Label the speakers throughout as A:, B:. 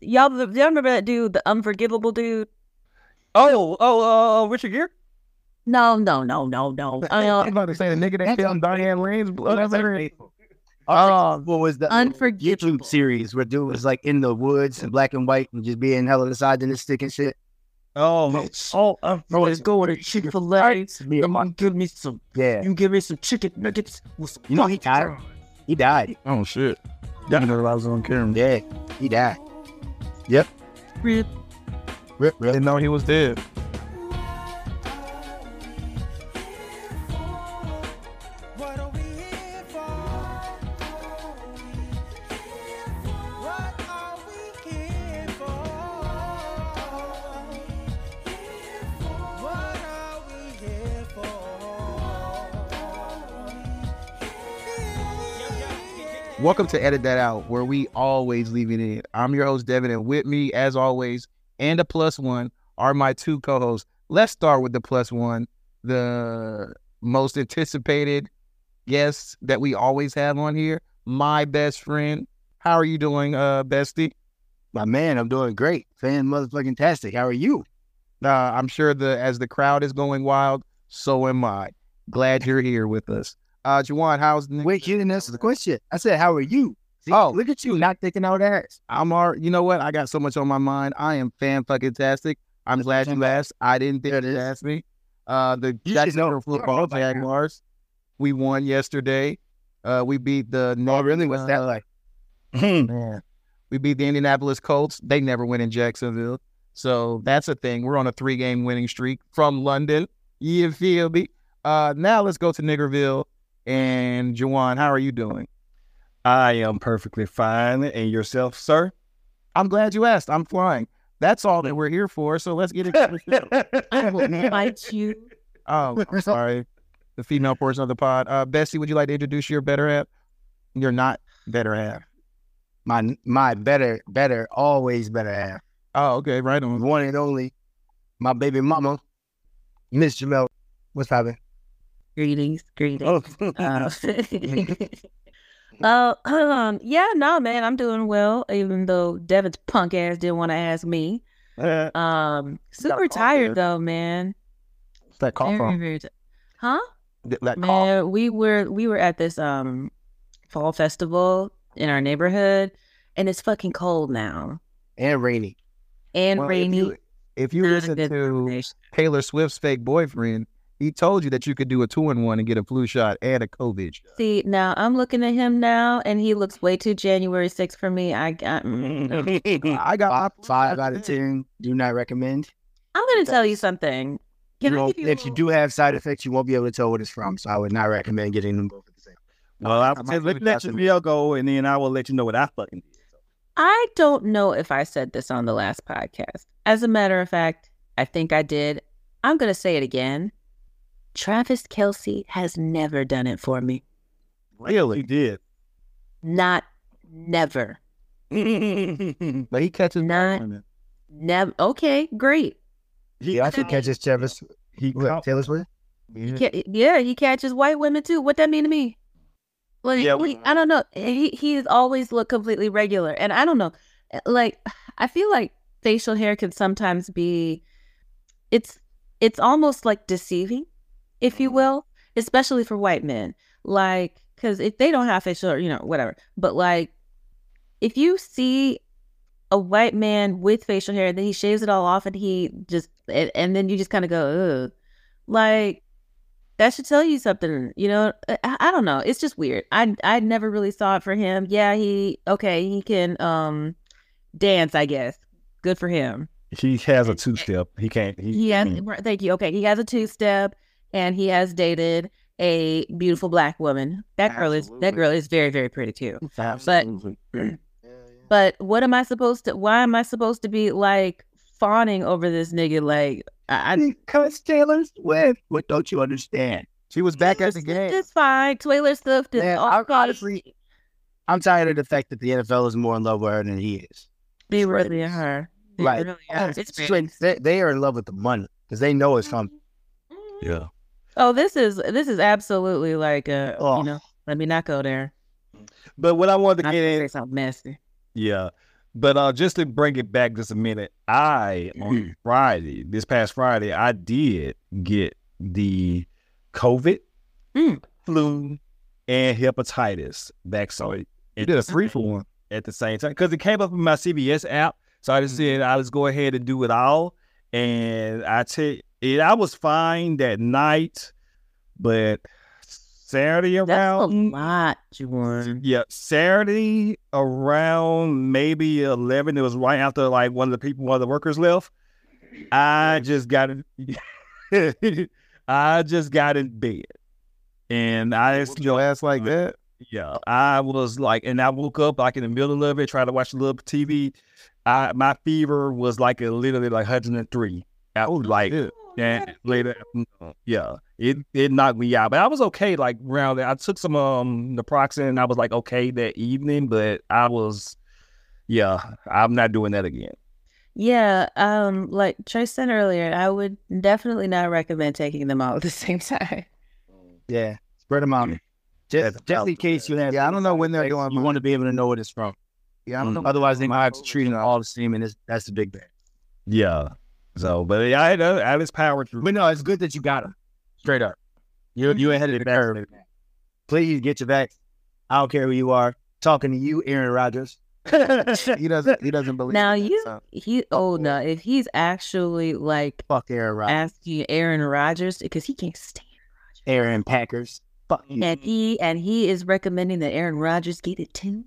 A: y'all, y'all remember that dude, the unforgivable dude?
B: Oh, oh, uh, Richard Gere.
A: No, no, no, no, no.
C: I'm
A: Uh,
C: about to say the nigga that
D: That's-
C: filmed Diane Lane's blood. Um,
D: That's
C: everywhere.
D: Oh, what was the
A: Unforgivable.
D: YouTube series where dude was like in the woods in black and white and just being hella misogynistic and shit?
B: Oh,
E: Oh,
C: uh,
E: I'm always going to Chick Fil A. Come on, give me some.
D: Yeah,
E: You give me some chicken nuggets with some
D: You know he got it.
E: fries.
D: he died.
C: Oh shit. Y'all know I was on camera.
D: Yeah, he died.
A: rip.
D: Rip, rip.
C: Didn't know he was dead.
F: What are we here for? What are we here for? What are we here for?
C: Welcome to Edit That Out, where we always leave it in. I'm your host, Devin, and with me, as always, and a plus one are my two co hosts. Let's start with the plus one, the most anticipated guest that we always have on here, my best friend. How are you doing, uh, bestie?
D: My man, I'm doing great. Fan motherfucking tastic. How are you?
C: Uh, I'm sure the as the crowd is going wild, so am I. Glad you're here with us. Uh, Juwan, how's
D: Wait, you didn't answer the question. I said, how are you? See,
C: Oh.
D: look at you not thinking out ass.
C: I'm all, you know what? I got so much on my mind. I am fan fucking tastic. I'm glad you asked. I didn't think you asked me. Uh, the
D: You just know-
C: Jacksonville football
D: by now.
C: Jaguars. We won yesterday. Uh, we beat the. uh,
D: Oh, really? What's that like?
C: Man. We beat the Indianapolis Colts. They never win in Jacksonville. So that's a thing. We're on a three game winning streak from London. You feel me? Uh, now let's go to Niggerville. And Juwan, how are you doing?
B: I am perfectly fine. And yourself, sir? Mm.
C: I'm glad you asked. I'm flying. That's all that we're here for. So let's get into the show.
A: I will bite you.
C: Oh, I'm sorry. The female portion of the pod. Uh, Bessie, would you like to introduce your better half? You're not better half.
D: My my better, better, always better half.
C: Oh, okay. Right on.
D: One and only, my baby mama, Miss Jamel. What's poppin'?
A: Greetings, greetings.
D: Oh.
A: Uh, uh, um, yeah, no, man, I'm doing well, even though Devin's punk ass didn't want to ask me.
B: Uh,
A: Um, super
B: called
A: tired
B: it.
A: though, man.
C: that call
A: Very, very ti- Huh?
C: That call.
A: Man, we were we were at this um fall festival in our neighborhood, and it's fucking cold now
D: And Rainy.
A: and
C: Well, if
A: rainy.
C: you- If you
A: Not a
C: listen
A: good
C: to
A: combination.
C: Taylor Swift's fake boyfriend, he told you that you could do a two in one and get a flu shot and a COVID. shot.
A: See, now I'm looking at him now, and he looks way too January 6th for me. I got.
D: Mm-hmm.
A: mm.
C: I got
D: Five,
C: my-
D: five out of ten. Do not recommend.
A: I'm gonna tell you something. Can
D: You
A: I
D: won't-
A: give you? a
D: if you
A: little-
D: do have side effects, you won't be able to tell what it's from. So I would not recommend getting them both at the same.
B: well,
A: Oh,
B: I
D: I'm
B: will
D: not
B: let let
D: even
B: Jamil go, and then I will let you know what I fucking did.
A: I don't know if I said this on the last podcast. As a matter of fact, I think I did. I'm going to say it again. Travis Kelsey has never done it for me.
B: Really? You did.
A: Not never.
B: he
C: But he catches.
A: Not never. Okay, great.
D: Yeah, I can catch this, Travis.
B: He
D: What,
B: caught-
D: Taylor Swift?
A: He ca- yeah, he catches white women too. What that mean to me? Like,
B: Yeah.
A: like, I don't know. He he's always looked completely regular, and I don't know. Eh, Like I feel like facial hair can sometimes be, it's it's almost like deceiving, if you will, especially for white men. Like because if they don't have facial, hair, you know, whatever. But like, if you see a white man with facial hair, then he shaves it all off, and he just and, and then you just kind of go, Ugh. like that should tell you something you know uh, i, I don't know it's just weird i i never really saw it for him yeah he okay he can um dance i guess good for him
B: He has a two step. He can't. He,
A: he has right, thank you okay he has a two-step and he has dated a beautiful black woman that girl is that
D: Absolutely.
A: girl is very very pretty too but what am i supposed to why am i supposed to be like fawning over this nigga like i, I
D: because Taylor Swift. What don't you understand?
C: She was back at the
A: Taylor Swift
C: game.
A: is fine taylor swift is
D: Man,
A: all
D: I-
A: right.
D: honestly, I'm tired of the fact that the NFL is more in love with her than he is.
A: they really are They
D: Right.
A: really are. It's
D: Straight- they, they are in love with the money because they know it's coming.
B: Yeah.
A: Oh, this is this is absolutely like a
D: Oh.
A: you know. Let me not go there.
B: But what I wanted to
A: Not
B: get
A: to say
B: in,
A: something messy.
B: yeah,
C: But uh, just to bring it back just a minute, I
A: Mm-hmm.
C: on Friday, this past Friday, I did get the COVID,
A: Mm.
C: flu, and hepatitis vaccine.
E: You did a three for one.
C: at the same time because it came up in my CBS app. So I just
A: Mm-hmm.
C: said I just go ahead and do it all, and I take it. I was fine that night, but Saturday
A: That's a
C: around
A: lot, Juwan.
C: yeah, Saturday around maybe eleven. It was right after like one of the people, one of the workers left. I just got in. I just got in bed, and I just
E: Whooped your ass like that.
C: yeah, I was like, and I woke up like in the middle of it, trying to watch a little TV. I my fever was like a, literally like 103. I was like,
E: shit.
C: yeah, later, yeah, it it knocked me out, but I was okay. Like around, there. I took some um naproxen, and I was like okay that evening, but I was, yeah, I'm not doing that again.
A: Yeah, um, like Trey said earlier, I would definitely not recommend taking them all at the same time. Mm-hmm.
D: Yeah, spread them out.
C: That's
D: Just, just in
C: about-
D: case you have.
E: Yeah, I don't know when they're
D: you
E: doing
D: want to be able to know what it's from.
E: Yeah, I
A: Mm-hmm.
E: don't know.
D: Otherwise, they might have to
E: COVID
D: treat them
E: shot.
D: all the same, and it's, that's the big thing.
C: Yeah, so but yeah, I uh, I just powered through.
D: But no, it's good that you got them straight up. You you ahead of the curve. Please get your vaccine. I don't care who you are. Talking to you, Aaron Rodgers.
E: He doesn't. He doesn't believe.
A: Now
E: in that
A: you-
E: stuff.
A: He oh no, if he's actually like
D: Fuck Aaron Rodgers.
A: asking Aaron Rodgers because he can't stand
D: Aaron Packers. Fuck you.
A: and he and he is recommending that Aaron Rodgers get it too.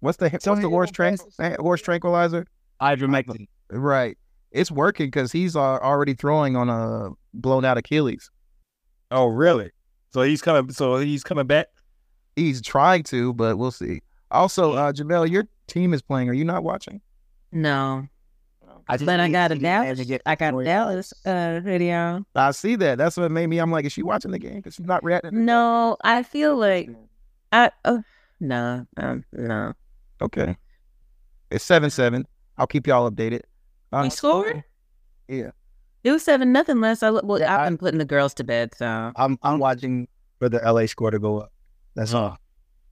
E: What's the what's the horse tran- horse tranquilizer?
D: Ivermectin.
E: Right. It's working because he's uh, already throwing on a blown out Achilles.
C: Oh really? So he's coming. So he's coming back.
E: He's trying to, but we'll see. Also, uh, Jamel, your team is playing. Are you not watching?
A: No,
D: I just
A: but I
D: hate
A: got a
D: seeing
A: Dallas.
D: Magic get-
A: I got a Dallas uh, hoodie on.
E: I see that. That's what made me. I'm like, is she watching the game? Because she's not reacting.
A: Mm-hmm.
E: to-
A: No, I feel like I uh, no um, no.
E: Okay. It's seven seven. I'll keep y'all updated. Uh,
A: We scored.
E: Yeah.
A: It was seven nothing last I look. Well,
D: Yeah,
A: I've
D: I-
A: been putting the girls to bed, so
D: I'm I'm watching for the LA score to go up. That's all.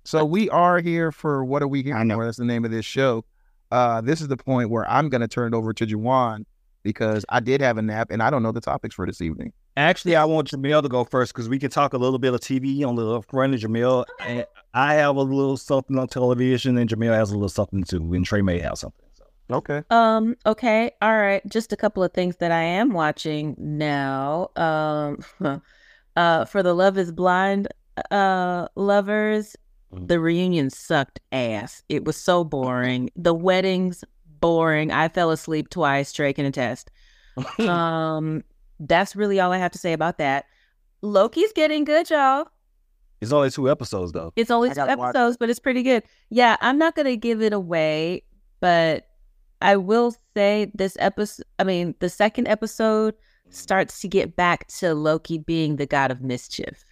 E: So we are here for what are we here
D: I know.
E: for? That's the name of this show. Uh, this is the point where I'm going to turn it over to Juwan because I did have a nap and I don't know the topics for this evening.
C: Actually, I want Jamel to go first because we can talk a little bit of TV on the upfront of Jamel. And I have a little something on television, and Jamel has a little something too, and Trey may have something. So.
E: Okay.
A: Um, okay, all right. Just a couple of things that I am watching now. Um, uh, for the Love is Blind uh lovers, the reunion sucked ass. It was so boring. The weddings boring. I fell asleep twice, Trey can attest. um, that's really all I have to say about that. Loki's getting good, y'all.
C: It's only two episodes though.
A: It's only
D: I
A: two
D: gotta watch it.
A: episodes, but it's pretty good. Yeah, I'm not gonna give it away, but I will say this episode. I mean, the second episode
D: Mm.
A: starts to get back to Loki being the god of mischief.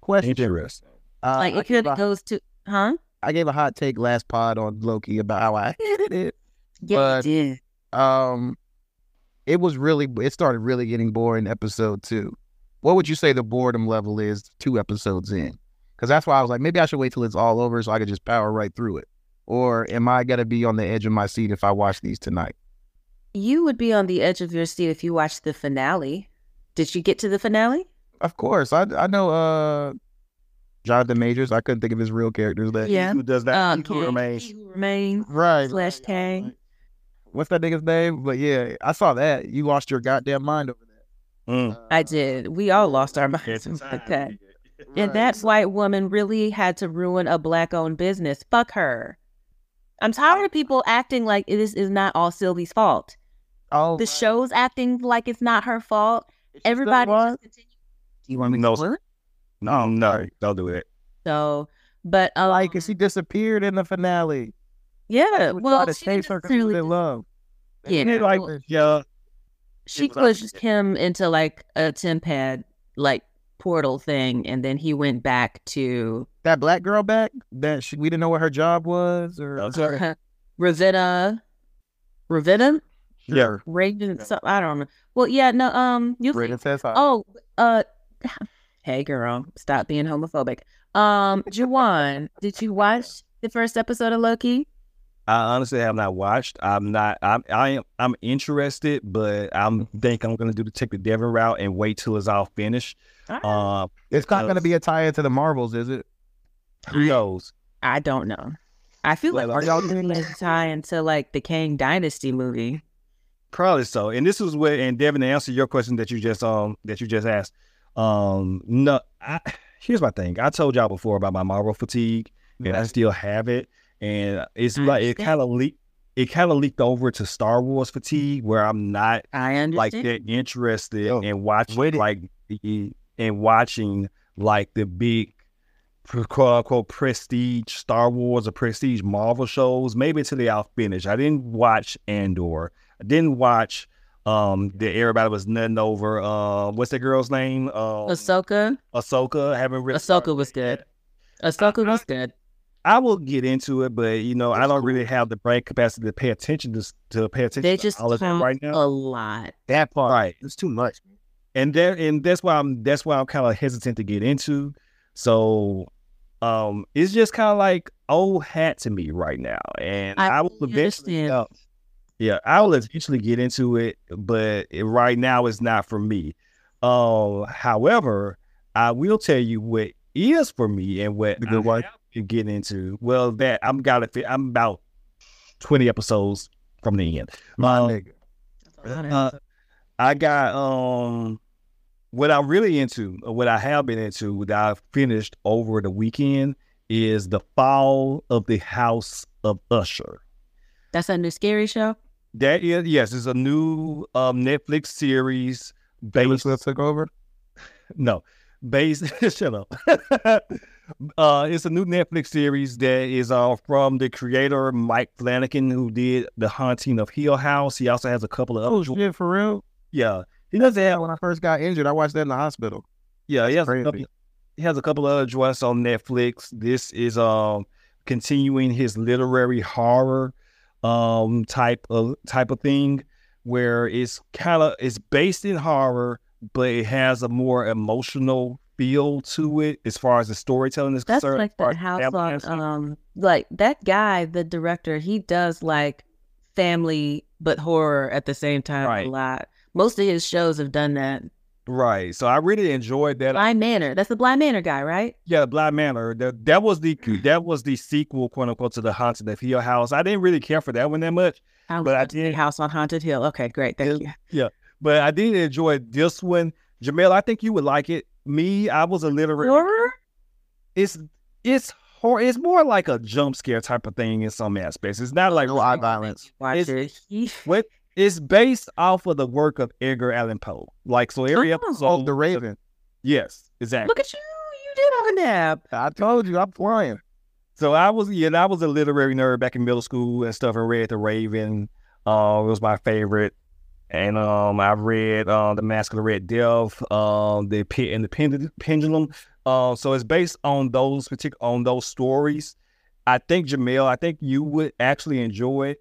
E: Question.
C: Interesting.
E: Uh,
A: Like
E: I,
A: it kind
E: gave a-
A: of goes to, huh?
E: I gave a hot take last pod on Loki about how I hated it.
A: Yeah,
E: But-
A: did.
E: Um, it was really, it started really getting boring episode two. What would you say the boredom level is two episodes in? Because that's why I was like, maybe I should wait till it's all over so I could just power right through it. Or am I going to be on the edge of my seat if I watch these tonight?
A: You would be on the edge of your seat if you watched the finale. Did you get to the finale?
E: Of course, I I know uh, Jonathan Majors. I couldn't think of his real character's name.
A: Yeah.
C: Who does that?
A: Uh,
C: He who
A: Kang.
C: remains.
A: He Who Remains
E: Right.
A: slash Kang.
E: What's that nigga's name? But yeah, I saw that. You lost your goddamn mind over that.
C: Mm.
A: I did. We all lost our
C: At
A: minds
C: the time,
A: like that.
E: Right.
A: And that white woman really had to ruin a black owned business. Fuck her. I'm tired of people acting like this is not all Sylvie's fault.
E: Oh,
A: The show's acting like it's not her fault. Everybody. just continue-
D: You want
C: No, sir. no, no, don't do it.
A: So, but um,
E: like because she disappeared in the finale.
A: yeah,
E: She was
A: well,
E: trying to
A: she
E: save
A: didn't
E: her 'cause she was
A: necessarily
E: in love.
A: Yeah.
C: It like, yeah,
A: she
C: was obvious.
A: pushed him into like a tempad like portal thing, and then he went back to
E: That black girl back that she, we didn't know what her job was or
C: That's her.
A: Ravenna. Ravenna,
C: yeah.
A: Raven, some- I don't know. Well, yeah, no, um, you
E: Brittany says, oh,
A: Oh, uh, hey girl, stop being homophobic. Um, Juwan, did you watch the first episode of Loki?
C: I honestly have not watched. I'm not. I'm. I am. I'm interested, but I'm
A: Mm-hmm.
C: think I'm gonna do the take the Devin route and wait till it's all finished.
A: All right.
C: Uh,
E: It's not going to be a tie into the Marvels, is it?
C: who knows?
A: I don't know. I feel like
C: Well,
A: are y'all doing this tie into like the Kang Dynasty movie?
C: Probably so. And this is where and Devin to answer your question that you just um that you just asked. Um no I here's my thing. I told y'all before about my Marvel fatigue and I still have it. And it's
A: Mm-hmm. I
C: like it
A: understand.
C: kinda leaked it kinda leaked over to Star Wars fatigue where I'm not
A: I
C: like
A: understand.
C: that interested
D: Yo,
C: in watching
D: wait a-
C: like the and watching like the big quote unquote prestige Star Wars or prestige Marvel shows, maybe until they all finish. I didn't watch Andor. I didn't watch um that everybody was nutting over uh what's that girl's name? Um
A: Ahsoka.
C: Ahsoka. I haven't really
A: Ahsoka was good. Ahsoka was good.
C: I will get into it, but you know, I don't really have the brain capacity to pay attention to s- to pay attention
A: They
C: to
A: just
C: all of that
A: count
C: right now.
A: a lot.
D: That part.
C: Right.
D: It's too much.
C: and there and that's why I'm that's why I'm kind of hesitant to get into. So um it's just kind of like old hat to me right now, and I,
A: I
C: will
A: fully
C: eventually,
A: understand.
C: uh, yeah, I will eventually get into it, but it, right now it's not for me. Um, however, I will tell you what is for me and what
E: The
C: I
E: good wife?
C: have been getting into. Well, that I'm got to I'm about twenty episodes from the end.
E: My
C: Um,
E: nigga.
C: uh, I got um what I'm really into, or what I have been into that I finished over the weekend is the fall of the House of Usher.
A: That's a new scary show.
C: That is yes, it's a new um Netflix series
E: Taylor
C: based
E: Swift took over.
C: no based shut up. uh it's a new Netflix series that is uh from the creator Mike Flanagan who did The Haunting of Hill House. He also has a couple of other
E: Oh, shit, for real?
C: yeah. He doesn't have
E: When I first got injured, I watched that in the hospital.
C: Yeah, he has, a
E: crazy.
C: couple, he has a couple other joints on Netflix. This is um continuing his literary horror um type of type of thing where it's kind of it's based in horror, but it has a more emotional feel to it as far as the storytelling is
A: That's
C: concerned.
A: like
C: as far
A: the
C: as
A: house
C: family
A: on
C: and stuff.
A: um like that guy, the director, he does like family but horror at the same time
C: Right.
A: a lot. Most of his shows have done that.
C: right. So I really enjoyed that.
A: Blind Manor. That's the Blind Manor guy, right?
C: Yeah, Blind Manor. That, that was the that was the sequel, quote unquote, to the Haunted of Hill House. I didn't really care for that one that much.
A: I was
C: But I
A: about to say
C: did-
A: House on Haunted Hill. Okay, great. Thank you.
C: but I did enjoy this one. Jamel, I think you would like it. Me, I was a literary.
A: Horror?
C: It's it's hor- It's more like a jump scare type of thing in some aspects. It's not like
D: No eye violence.
A: Watch
C: It's-
A: it. He-
C: what. It's based off of the work of Edgar Allan Poe. Like so, every
A: Oh.
C: episode.
E: Oh, the Raven.
C: Yes, exactly.
A: Look at you. You did have a nap.
E: I told you, I'm flying.
C: So I was yeah, and I was a literary nerd back in middle school and stuff and read The Raven. Uh, it was my favorite. And um I read uh, The Mask of the Red Death, um The Pit and the Pend- Pendulum. Uh, so it's based on those particular on those stories. I think Jamel, I think you would actually enjoy it.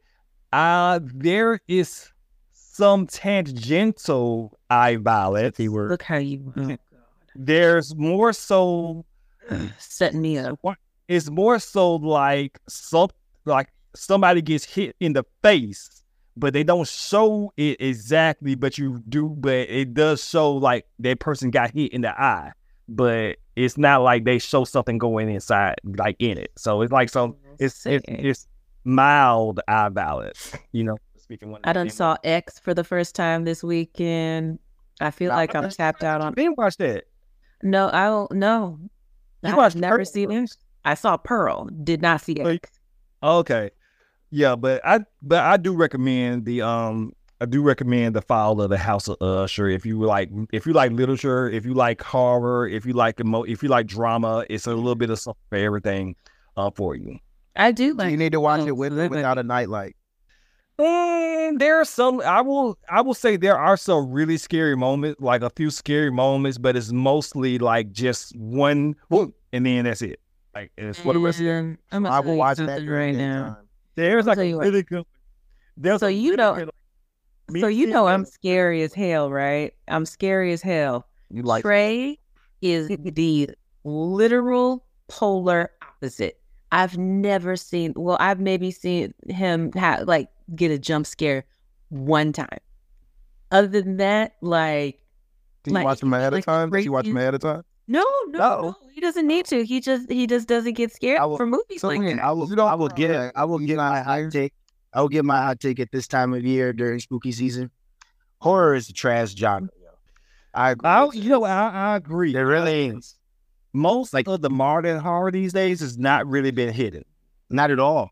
C: Uh there is some tangential eye violence.
A: Look how you
C: Mm-hmm.
A: oh,
C: There's more so
A: God. set me up.
C: it's more so like some like somebody gets hit in the face, but they don't show it exactly. But you do, but it does show like that person got hit in the eye, but it's not like they show something going inside like in it. So it's like some it's it's,
A: Oh, Sick.
C: it's mild eye violence, you know. Speaking one,
A: I done saw X for the first time this weekend. I feel like I'm tapped out on.
C: Didn't watch that.
A: No, I don't. No,
C: You
A: I've
C: watched
A: never
C: Pearl
A: seen it. I saw Pearl. Did not see
C: Oh, you-
A: X.
C: Okay. Yeah, but I but I do recommend the um I do recommend the file of the House of Usher if you like if you like literature, if you like horror, if you like emo- if you like drama, it's a little bit of something for everything uh, for you.
A: I do
E: You
A: like.
E: need to watch
A: oh,
E: it with
A: so that
E: or
A: might
E: without a nightlight.
C: Mm, there are some I will I will say there are some really scary moments, like a few scary moments, but it's mostly like just one whoop, and then that's it. Like
A: Mm.
C: it's what
A: And I'm gonna
E: I
A: tell
E: will
A: you
E: watch that
A: something
E: during
A: right now.
E: daytime.
C: there's
A: I'll
C: like
A: tell
C: a
A: you what.
C: really good there's
A: So
C: a
A: you
C: really
A: know-
C: good, like,
A: So you know I'm
C: meeting-
A: scary as hell, right? I'm scary as hell.
E: You like
A: Trey is the literal polar opposite. I've never seen. Well, I've maybe seen him ha- like get a jump scare one time. Other than that, like
E: Did you
A: Like-
E: watch them ahead of
A: like
E: time? Did you watch
A: crazy-
E: them ahead of time?
A: no, no,
D: No.
A: no, he doesn't need to. He just he just doesn't get scared
D: I will-
A: for movies
E: So
A: like
E: yeah,
A: that.
D: I will.
E: You don't-
D: I will get. I will
E: you
D: get
E: not
D: my hot take. I will get my hot take at this time of year during spooky season. Horror is a trash genre. yo. I agree.
C: I, you know, I, I agree.
D: It really is
C: Most
D: Like-
C: of the modern horror these days has not really been hidden.
D: not at all,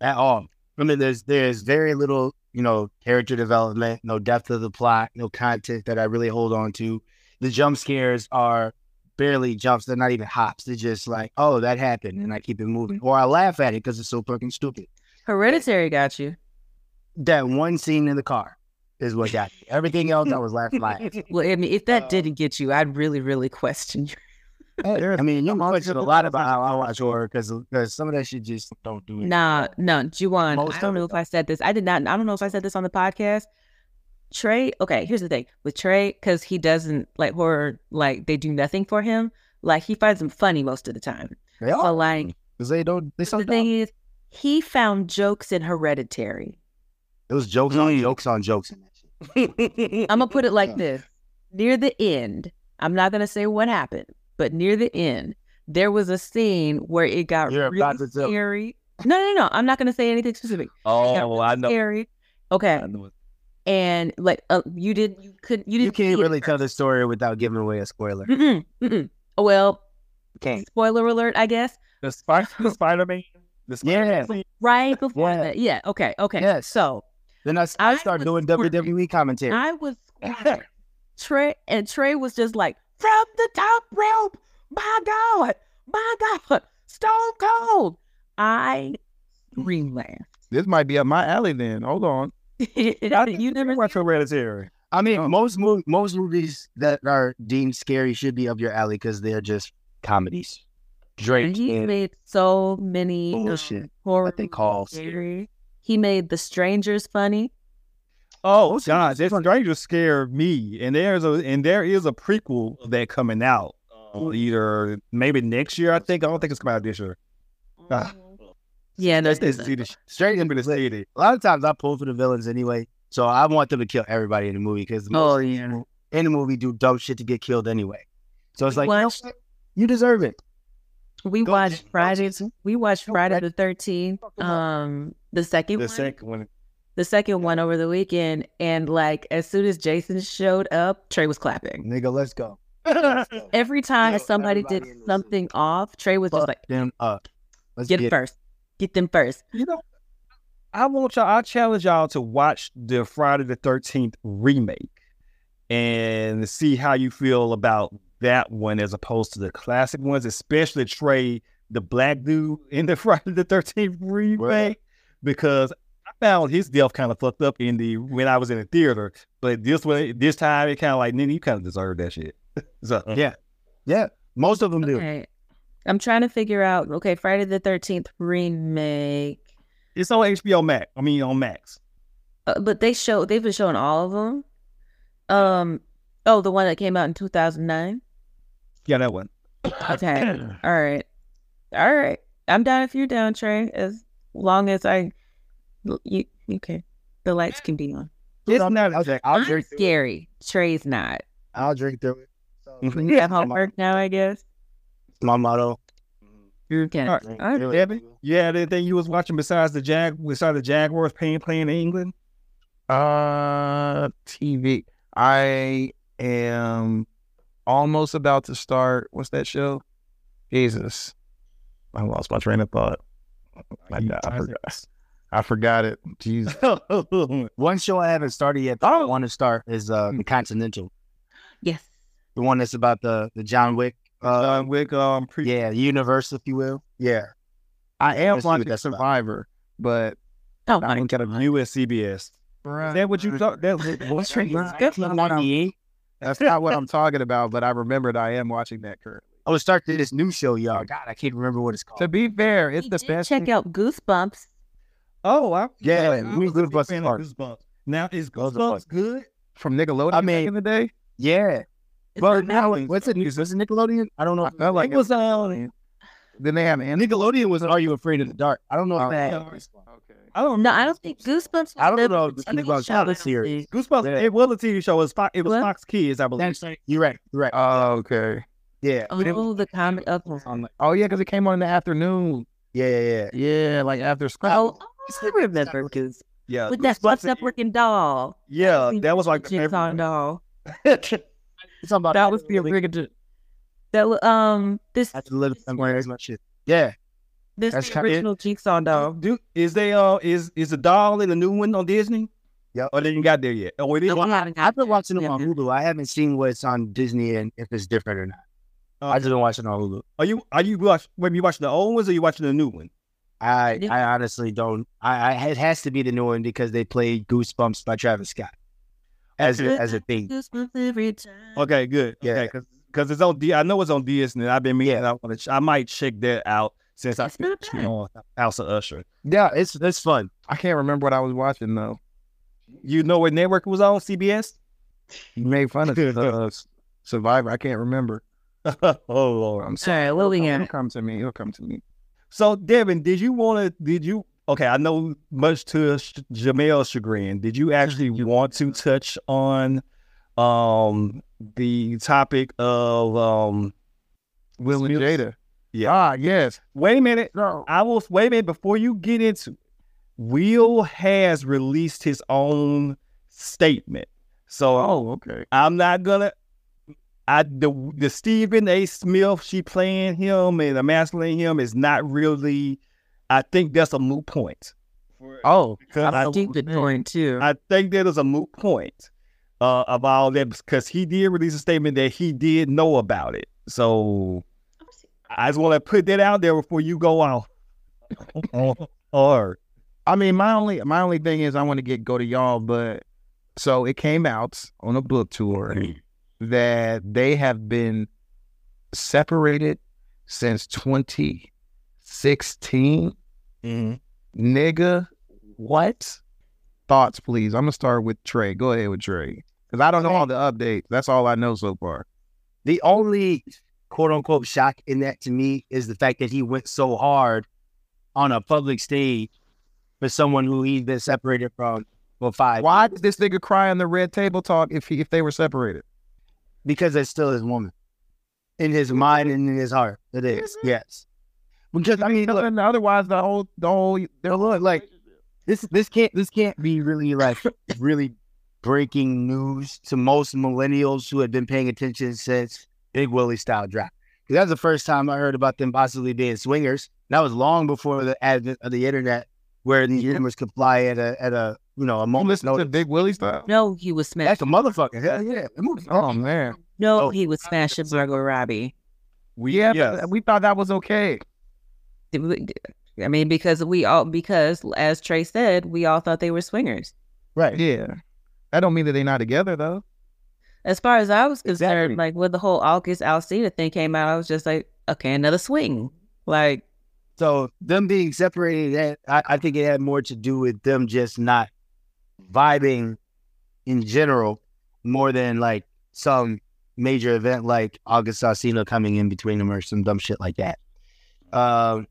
D: at all. I mean, there's there's very little, you know, character development, no depth of the plot, no content that I really hold on to. The jump scares are barely jumps; they're not even hops. They're just like, oh, that happened, and I keep it moving, or I laugh at it because it's so fucking stupid.
A: Hereditary got you.
D: that one scene in the car is what got me. Everything else, I was laughing my ass.
A: Well, I mean, if that
D: Uh,
A: didn't get you, I'd really, really question you.
D: I mean, you mentioned a lot about how I watch horror because some of that shit just don't do it.
A: Nah, no, Juwan.
D: Most
A: I don't
D: of it,
A: know if I said this. I did not. I don't know if I said this on the podcast. Trey. Okay, here's the thing with Trey because he doesn't like horror. Like they do nothing for him. Like he finds them funny most of the time.
D: Oh, They
A: But
D: are
A: like
D: 'cause they don't. They so
A: the thing is, he found jokes in Hereditary.
D: It was jokes on jokes on jokes in that shit.
A: I'm gonna put it
D: Yeah.
A: like this: near the end, I'm not gonna say what happened, but near the end, there was a scene where it got
D: You're about
A: really
D: to tell-
A: scary. No, no, no. I'm not gonna say anything specific.
C: Oh,
A: Yeah,
C: well, I know.
A: Scary. Okay.
C: I know.
A: and like uh, you did you couldn't you
D: You,
A: didn't
D: can't
A: see it
D: really
A: at
D: tell
A: first.
D: the story without giving away a spoiler.
A: Mm-mm, mm-mm. Oh, well
D: Can't.
A: spoiler alert i guess
C: The, Spy- the Spider-Man. The
D: Yeah.
C: Spider-Man.
A: right before
D: Yeah.
A: that yeah okay okay
D: Yes.
A: so
D: Then I, s- I
A: I
D: start
A: was
D: doing
A: squirming.
D: WWE commentary.
A: i was squirming. trey and trey was just like from the top rope my god my god stone cold i scream laughed
E: This might be up my alley then. Hold on.
A: you never
C: Watch Hereditary.
D: I mean,
A: Oh.
D: most mo- most movies that are deemed scary should be up your alley because they're just comedies.
A: And
D: Drake.
A: he
D: and-
A: made so many um,
D: Bullshit.
A: horror
D: they call
A: movies scary. He made The Strangers funny.
C: Oh God, this stranger scared me, and there's a and there is a prequel of that coming out uh, either maybe next year. I think I don't think it's coming out this year.
A: Uh,
C: Ah.
A: Yeah, no,
C: That's this see this
D: Straight
C: gonna be the city.
D: a lot of times I pull for the villains anyway, so I want them to kill everybody in the movie because
A: Oh yeah.
D: in the movie do dumb shit to get killed anyway. So it's like you, know
A: Watch-
D: what? You deserve it.
A: We
D: Go
A: watched
D: Jason, go
A: Friday.
D: Jason.
A: We watched
D: Go
A: Friday
D: Jason.
A: the Thirteenth.
D: Fuck 'em up.
A: Um, the second
C: The
A: one,
C: second one.
A: the second one over the weekend, and like as soon as Jason showed up, Trey was clapping.
D: Nigga, let's go.
A: Every time
D: Yo,
A: somebody did
D: everybody in this
A: something off, Trey was just
D: Fuck
A: like,
D: them up. Let's
A: "Get
D: get,
A: it first, get them first.
C: You know, I want y'all. I challenge y'all to watch the Friday the Thirteenth remake and see how you feel about that one as opposed to the classic ones, especially Trey, the black dude in the Friday the Thirteenth remake, because I found his death kind of fucked up in the when I was in the theater. But this way, this time, it kind of like, nigga, you kind of deserve that shit. so
D: Yeah, most of them do.
A: Okay, I'm trying to figure out. Okay, Friday the Thirteenth remake,
C: it's on HBO Max. I mean, on Max.
A: uh, but they show they've been showing all of them. Um, oh, the one that came out in 2009.
C: Yeah, that one.
A: Okay. All right. All right. I'm down if you're down, Trey. As long as I, you okay. The lights can be on.
D: It's not. I'll drink. I'll
A: I'm
D: drink. through it.
A: scary. Trey's not.
D: I'll drink through it. So,
A: You have homework now, I guess.
D: My motto.
A: Okay.
C: All right.
D: drink
A: All right,
D: through it,
C: Debbie?
D: nigga.
C: Yeah, anything you was watching besides the Jag besides the Jaguars playing playing in England?
E: Uh, TV. I am almost about to start. What's that show? Jesus, I lost my train of thought. I,
C: You-
E: I forgot. I forgot it. Jesus.
D: One show I haven't started yet. That I want to start is uh,
C: Hmm.
D: the Continental,
A: Yes.
D: the one that's about the the John Wick. Uh,
C: um, Wick, um, pre-
D: yeah, universe, if you will. Yeah,
E: I am
D: Let's see what
E: watching
D: that's about.
E: Survivor, but
A: Oh
E: I
A: my.
E: don't get a
C: you at CBS. Is that what you thought? That was
E: That's not That's not what I'm talking about, but I remembered I am watching that currently.
D: I was starting this new show, y'all. Oh, God, I can't remember what it's called.
E: To be fair,
A: We
E: it's the
A: did
E: best.
A: Check out Goosebumps.
C: oh, I,
D: Yeah,
C: I
D: we
C: was a
D: good
C: big
D: bus
C: fan
D: part.
C: of Goosebumps. Now is
D: Those are
C: Goosebumps good?
E: from Nickelodeon
D: I
E: I
D: mean-
E: back in the day.
D: yeah,
A: It's not
D: but now
A: Netflix.
D: what's it? Is it Nickelodeon? I don't know.
E: I felt like
C: it was on.
E: Then they have an
D: Nickelodeon was Are You Afraid of the Dark? I don't know. if
A: Right.
D: that-
E: Okay.
C: I don't
A: No, I don't think Goosebumps.
D: I don't
A: was
D: know
A: a
D: if the
A: TV
D: Goosebumps
A: show,
D: had a
A: I don't
D: series.
A: think.
C: Goosebumps.
D: Yeah.
C: It was a TV show. It was Fox, it was
A: What?
C: Fox Kids, I believe.
D: That's right. You're right. You're right.
E: Oh, okay.
D: yeah. But it was
A: Oh, the comic. Okay.
D: on like-
E: Oh yeah, because it came on in the afternoon.
D: yeah, yeah, yeah.
E: Yeah, like after school.
A: Oh, I remember Goosebumps
C: yeah,
A: with that
C: Goosebumps-
A: fucked up working doll.
C: Yeah, that was like the favorite
A: Jigsaw
C: one.
A: doll.
D: It's about
G: That was the original.
A: That wa- um this
D: I have to live somewhere as much shit. Yeah.
A: this
E: That's
A: the
E: kinda-
A: original Jigsaw doll.
C: Do is they uh is is the doll in the new one on Disney?
D: Yep.
C: Or they ain't got there yet? Oh, it is.
A: No, I haven't got
D: I've been
A: that.
D: watching them
A: Yeah.
D: on Hulu. I haven't seen what's on Disney and if it's different or not.
C: Uh,
D: I just been watching on Hulu.
C: are you are you watch? Wait, you watching the old ones or you watching the new one?
D: I
A: Yeah.
D: I honestly don't. I, I it has to be the new one because they played Goosebumps by Travis Scott as a,
A: Okay.
D: as a thing.
A: Goosebumps every time.
C: Okay, good.
D: Yeah.
C: because it's on D. I know it's on Disney. and I've been meaning I want to. I might check that out since I've
A: It's not bad.
C: on House of Usher.
D: Yeah, it's it's fun.
E: I can't remember what I was watching though.
C: You know what network it was on? CBS.
E: You made fun of uh, Survivor. I can't remember.
C: oh Lord.
E: I'm
A: Sorry, what we
E: It'll
A: got?
E: come to me. It'll come to me.
C: So Devin, did you want to? Did you? Okay, I know much to Sh- Jamel's chagrin. Did you actually want to touch on um the topic of um?
E: Will and
C: Smith-
E: Jada.
C: Yeah.
E: Ah, yes.
C: Wait a minute.
E: No.
C: I will wait a minute before you get into. it, Will has released his own statement, so
E: Oh, okay.
C: I'm not gonna. I the the Stephen A. Smith she playing him and emasculating him is not really. I think that's a moot point.
E: Oh,
C: I,
G: Stupid point too.
C: I think that is a moot point uh, of all that because he did release a statement that he did know about it. So I just want to put that out there before you go out. or
E: I mean, my only my only thing is I want to get go to y'all, but so it came out on a book tour
D: Mm-hmm.
E: that they have been separated since 2016. Nigga, what? Thoughts, please. I'm gonna start with Trey. Go ahead with Trey, because I don't know all the updates. That's all I know so far.
D: The only quote unquote shock in that to me is the fact that he went so hard on a public stage for someone who he's been separated from for five.
E: Why
D: years.
E: did this nigga cry on the red table talk if he, if they were separated?
D: Because it's still his woman in his mind and in his heart. It is. Yes. Because I mean, look,
E: And otherwise, the whole the whole
D: Now look, like this this can't this can't be really like really breaking news to most millennials who had been paying attention since Big Willie style drop. 'Cause that was the first time I heard about them possibly being swingers. That was long before the advent of the internet, where these rumors could fly at a at a you know
E: you
D: a moment's
E: listen to
D: notice.
E: Big Willie style.
A: No, he was
D: That's
A: smashing.
D: a motherfucker. Hell yeah, That movie's-
E: Oh man,
A: No,
D: Oh.
A: he was smashing Margot Robbie.
C: we
E: yeah,
C: yeah,
E: but we thought that was okay.
A: Did we- I mean, because we all because as Trey said, we all thought they were swingers.
D: right.
E: Yeah, that don't mean that they're not together though.
A: As far as I was concerned,
D: Exactly.
A: like when the whole August Alcina thing came out, I was just like, okay, another swing. Like
D: So them being separated, that I, I think it had more to do with them just not vibing in general, more than like some major event like August Alsina coming in between them or some dumb shit like that. Um,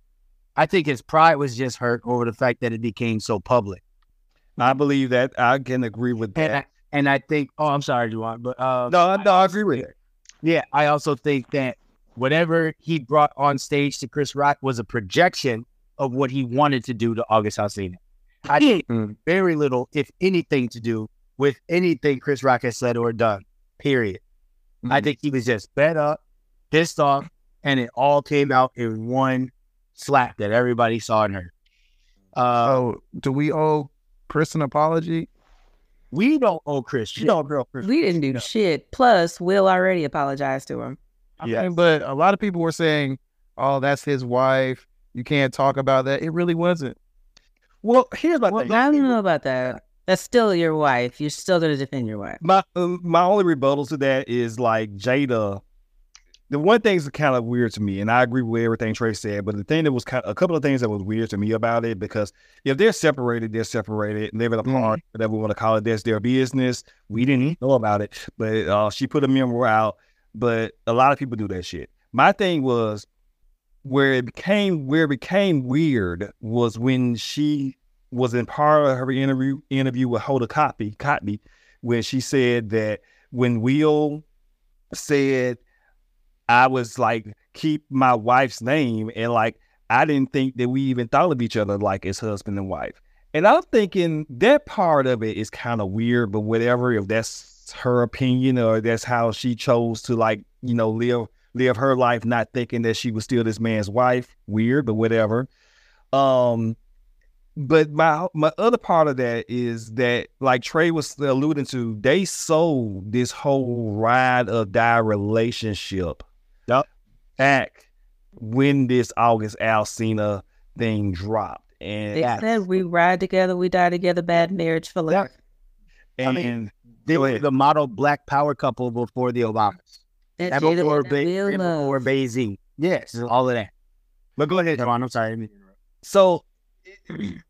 D: I think his pride was just hurt over the fact that it became so public,
C: I believe that I can agree with
D: and
C: that.
D: I, and I think, oh, I'm sorry, Juwan, but uh,
C: No, no, I agree with it.
D: yeah, I also think that whatever he brought on stage to Chris Rock was a projection of what he wanted to do to August Alsina. I
C: Hmm.
D: think
E: Mm.
D: very little, if anything, to do with anything Chris Rock has said or done. Period. I
C: Hmm.
E: Mm.
D: think he was just fed up, pissed off, and it all came out in one slap that everybody saw and heard. Uh,
E: Oh, do we owe Chris an apology?
D: we don't owe Chris.
C: You know, girl.
A: we didn't do shit. Plus, Will already apologized to him.
E: I
C: Yes.
E: mean, but a lot of people were saying, "Oh, that's his wife. You can't talk about that." It really wasn't.
C: Well, here's my
A: I
C: thing.
A: don't even know about that. That's still your wife. You're still gonna defend your wife.
C: My um, my only rebuttal to that is like Jada. The one thing's kind of weird to me, and I agree with everything Trey said, but the thing that was kind of a couple of things that was weird to me about it because if they're separated, they're separated, living apart, whatever we want to call it, that's their business. We didn't know about it, but uh, she put a memoir out. But a lot of people do that shit. My thing was where it became where it became weird was when she was in part of her interview interview with Hoda Cotb, Cotb, when she said that when Will said I was like keep my wife's name and like I didn't think that we even thought of each other like as husband and wife. And I'm thinking that part of it is kind of weird, but whatever, if that's her opinion or that's how she chose to like, you know, live live her life not thinking that she was still this man's wife, weird, but whatever. Um but my my other part of that is that like Trey was alluding to, they sold this whole ride or die relationship
D: Yup.
C: back when this August Alcina thing dropped. And
A: They said we ride together, we die together, bad marriage for life.
D: I
C: and
D: mean, They
C: Go
D: were
C: ahead.
D: the model black power couple before the Obamas.
A: That
D: That
A: Jada
D: before,
A: that
D: ba-
A: Will love.
D: before Bay Z. Yes, all of that. But go ahead, Javon. I'm sorry. I didn't mean to interrupt.
C: So,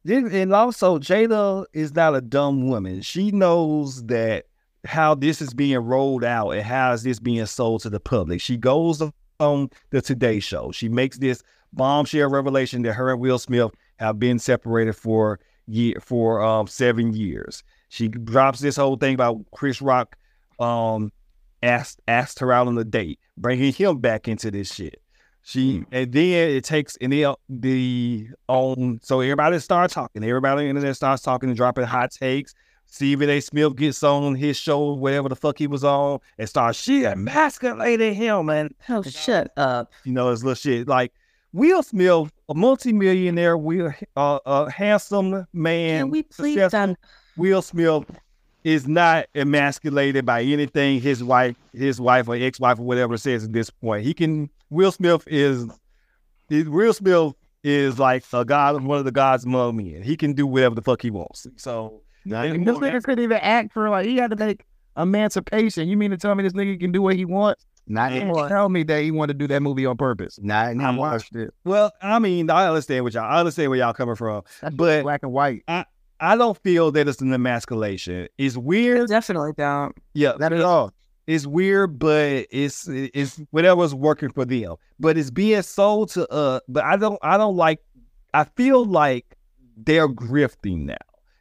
C: then- and also Jada is not a dumb woman. She knows that how this is being rolled out and how is this being sold to the public. She goes on the Today Show. She makes this bombshell revelation that her and Will Smith have been separated for year for um, seven years. She drops this whole thing about Chris Rock um, asked asked her out on a date, bringing him back into this shit. She and then it takes and then the on so everybody starts talking. Everybody on the internet starts talking and dropping hot takes. Stephen A. Smith gets on his show, whatever the fuck he was on, and starts she emasculated him and
A: Oh, shut up.
C: you know, it's little shit. Like Will Smith, a multimillionaire, Will, uh, a handsome man.
A: Can we please
C: successful.
A: done
C: Will Smith is not emasculated by anything his wife, his wife or ex-wife or whatever says at this point. He can. Will Smith is. Will Smith is like a god, one of the gods among men. He can do whatever the fuck he wants. So
E: And this nigga couldn't even act for like he had to make emancipation. You mean to tell me this nigga can do what he wants?
D: Not
E: You
D: anymore.
E: Tell me that he wanted to do that movie on purpose.
D: Not
C: I'm
D: anymore.
C: watched Well, I mean, I understand what y'all. I understand where y'all coming from, but
E: Black and white.
C: I don't feel that it's an emasculation. It's weird.
G: Definitely don't.
C: Yeah,
D: Not at all.
C: it's weird, but it's it's whatever's working for them. But it's being sold to uh. But I don't I don't like. I feel like they're grifting now.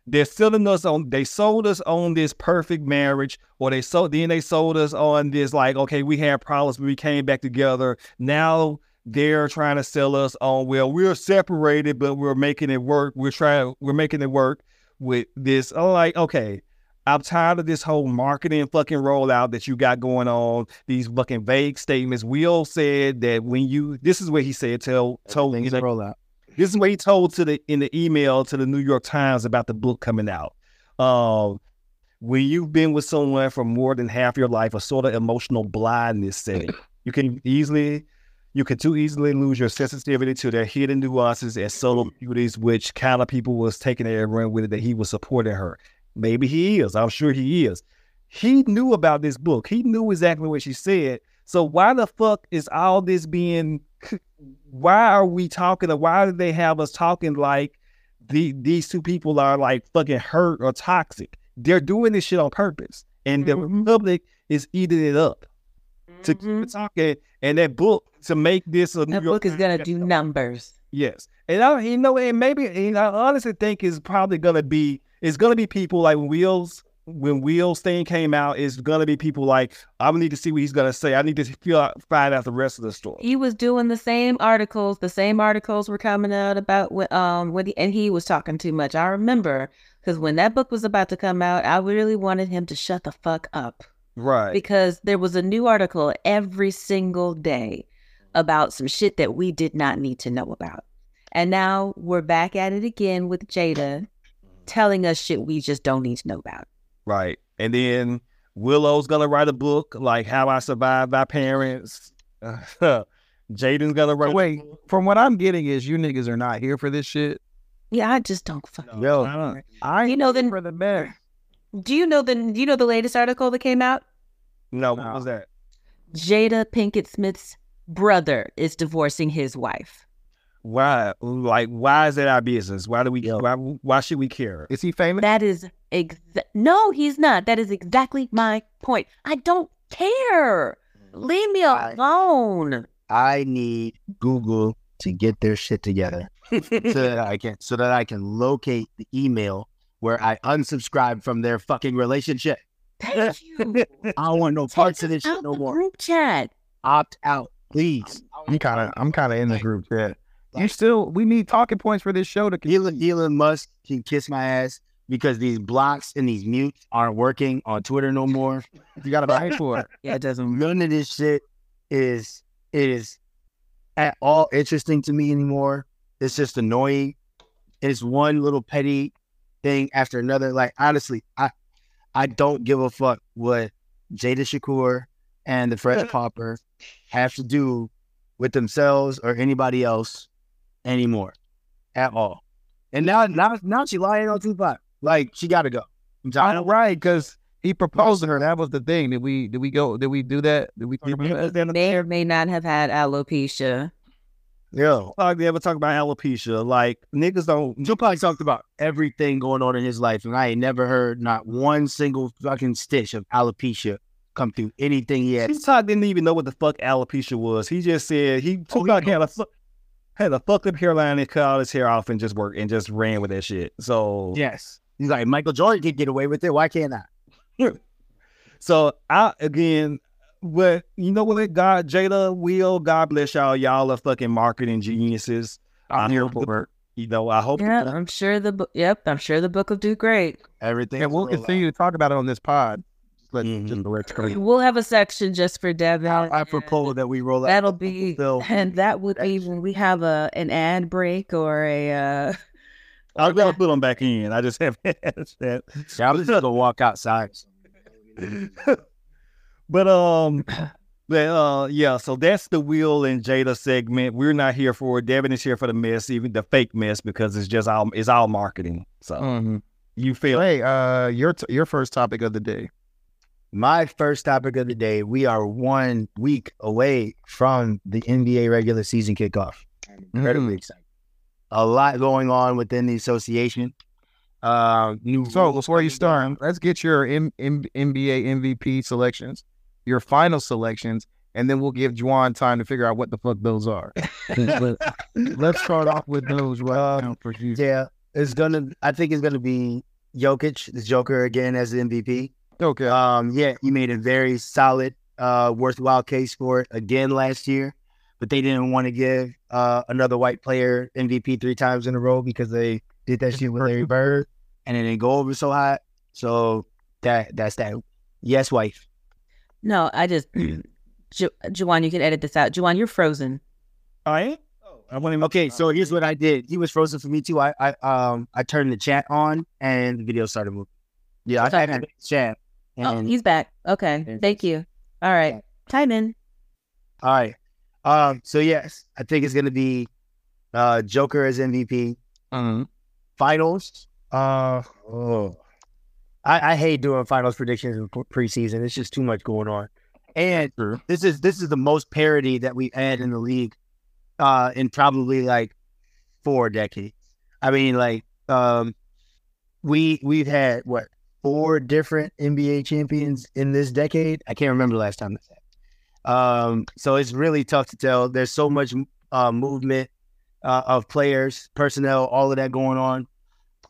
C: They're selling us on. They sold us on this perfect marriage, or they sold. Then they sold us on this like, okay, we had problems, but we came back together. Now they're trying to sell us on. Well, we're separated, but we're making it work. We're trying. We're making it work with this. I'm like, okay, I'm tired of this whole marketing fucking rollout that you got going on. These fucking vague statements. Will said that when you, this is what he said. Tell told
D: Things
C: he's like,
D: roll out.
C: this is what he told to the in the email to the New York Times about the book coming out. Um, when you've been with someone for more than half your life, a sort of emotional blindness setting, you can easily, you can too easily lose your sensitivity to their hidden nuances and subtle beauties, which kind of people was taking it and running with it that he was supporting her. Maybe he is. I'm sure he is. He knew about this book. He knew exactly what she said. So why the fuck is all this being why are we talking or why do they have us talking like the these two people are like fucking hurt or toxic? They're doing this shit on purpose. And the public is eating it up to keep it talking and that book to make this a New
A: Mm-hmm. that
C: York
A: book is gonna
C: Times
A: do
C: bestseller.
A: numbers.
C: Yes, and I, you know, and maybe, and I honestly think it's probably gonna be, it's gonna be people like when Wheels, when Wheels thing came out, it's gonna be people like, I need to see what he's gonna say. I need to feel out, find out the rest of the story.
A: He was doing the same articles. The same articles were coming out about wh- um when he, and he was talking too much. I remember because when that book was about to come out, I really wanted him to shut the fuck up
C: Right.
A: because there was a new article every single day about some shit that we did not need to know about. And now we're back at it again with Jada telling us shit we just don't need to know about.
C: Right. And then Willow's gonna write a book like How I Survived My Parents. Jaden's gonna write.
E: But wait, from what I'm getting is you niggas are not here for this shit.
A: Yeah, I just don't fuck.
D: Yo,
C: I don't-
E: I
A: You know,
E: ain't here
A: then-
E: for the bear.
A: Do you know the do you know the latest article that came out?
C: no, what
E: No.
C: was that?
A: Jada Pinkett Smith's brother is divorcing his wife.
C: Why? Like, why is that our business? Why do we? Why, why should we care?
E: Is he famous?
A: That is ex- no, he's not. That is exactly my point. I don't care. Leave me
D: Mm. Right.
A: alone.
D: I need Google to get their shit together so that I can so that I can locate the email where I unsubscribe from their fucking relationship.
A: Thank you.
D: I don't want no parts of this shit no more.
A: Group chat.
D: Opt out, please.
E: I'm kind of I'm kind of in the group chat. You
D: Like-
E: still we need talking points for this show to
D: Elon, Elon Musk can kiss my ass because these blocks and these mutes aren't working on Twitter no more.
E: You got to pay for it.
G: Yeah, it doesn't.
D: None of this shit is is at all interesting to me anymore. It's just annoying. It's one little petty thing after another. Like honestly, I I don't give a fuck what Jada Shakur and the Fresh Popper have to do with themselves or anybody else anymore at all. And now now now she lying on Tupac. Like she gotta go. I'm tired.
E: All right, because he proposed to her. That was the thing. Did we did we go? Did we do that? Did we? Did we
G: May or may not have had alopecia.
D: Yo.
C: Like they ever talk about alopecia. Like niggas don't.
D: Tupac talked about everything going on in his life, and I ain't never heard not one single fucking stitch of alopecia come through anything he had.
C: Tupac didn't even know what the fuck alopecia was. He just said he
D: Oh,
C: Tupac had a fu- had a fucked up hairline and cut all his hair off and just worked and just ran with that shit. So
D: Yes. He's like, Michael Jordan could get away with it. Why can't I?
C: So I again, but you know what? God, Jada, Will, God bless y'all. Y'all are fucking marketing geniuses.
E: I'm here
C: hope-
E: for it.
C: You know, I hope.
G: Yeah, I'm sure the bo- yep, I'm sure the book will do great.
D: Everything.
E: And we'll continue to talk about it on this pod. Just let
D: Mhm.
C: Mm-hmm.
E: just let it go.
G: We'll have a section just for Devin.
D: I
G: and
D: propose that we roll out.
G: That'll be
D: So-
G: and
A: That would be when we have a an ad break or a uh
C: I'll gotta put them back in. I just haven't asked that.
D: Yeah, I'm just gonna walk outside.
C: but um but uh yeah so that's the will and jada segment we're not here for it devin is here for the mess even the fake mess because it's just all it's all marketing so
D: Mm.
E: Mhm.
C: you feel
E: Hey, uh, your t- your first topic of the day.
D: My first topic of the day. We are one week away from the NBA regular season kickoff.
E: Mm-hmm.
C: Mm.
D: Incredibly excited. A lot going on within the association. Uh, new
E: So
D: rules
E: before you
D: coming down.
E: start, let's get your M- M- NBA MVP selections, your final selections, and then we'll give Juwan time to figure out what the fuck those are. But let's start off with those right now for you.
D: Yeah, it's gonna. I think it's gonna be Jokic, the Joker again as the MVP.
E: Okay. uh,
D: Um, yeah, he made a very solid, uh, worthwhile case for it again last year, but they didn't want to give uh, another white player MVP three times in a row because they did that shit with Larry Bird and it didn't go over so hot. So that that's that. Yes, wife.
A: no, I just Ju- Juwan, you can edit this out. Juwan, you're frozen.
C: i ain't i want him
D: Okay, so here's what I did. He was frozen for me too. I, I um I turned the chat on and the video started moving. Yeah, I
A: Okay.
D: had the chat.
A: Oh,
D: and-
A: he's back. Okay.
D: and-
A: Thank you. All right. Time in.
D: All right. Um, so yes, I think it's gonna be uh Joker as MVP.
E: Mhm.
D: Finals. Uh oh. I, I hate doing finals predictions in pre- preseason. It's just too much going on. And
E: True.
D: this is this is the most parity that we've had in the league uh in probably like four decades. I mean like um we we've had what four different NBA champions in this decade. I can't remember the last time this happened. Um, so it's really tough to tell. There's so much uh, movement uh, of players, personnel, all of that going on.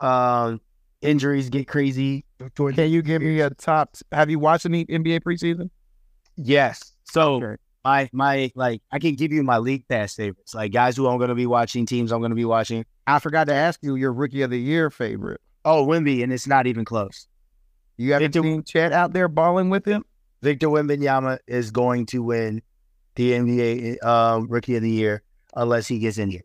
D: Um, injuries get crazy. towards-
E: Can you give me a top? Have you watched any NBA preseason?
D: Yes. So
E: Sure.
D: my my like I can give you my league pass favorites, like guys who I'm going to be watching, teams I'm going to be watching.
E: I forgot to ask you your rookie of the year favorite.
D: Oh, Wimby, and it's not even close.
E: You haven't
D: Victor-
E: seen Chet out there balling with him?
D: Victor Wembanyama is going to win the NBA uh, Rookie of the Year unless he gets injured.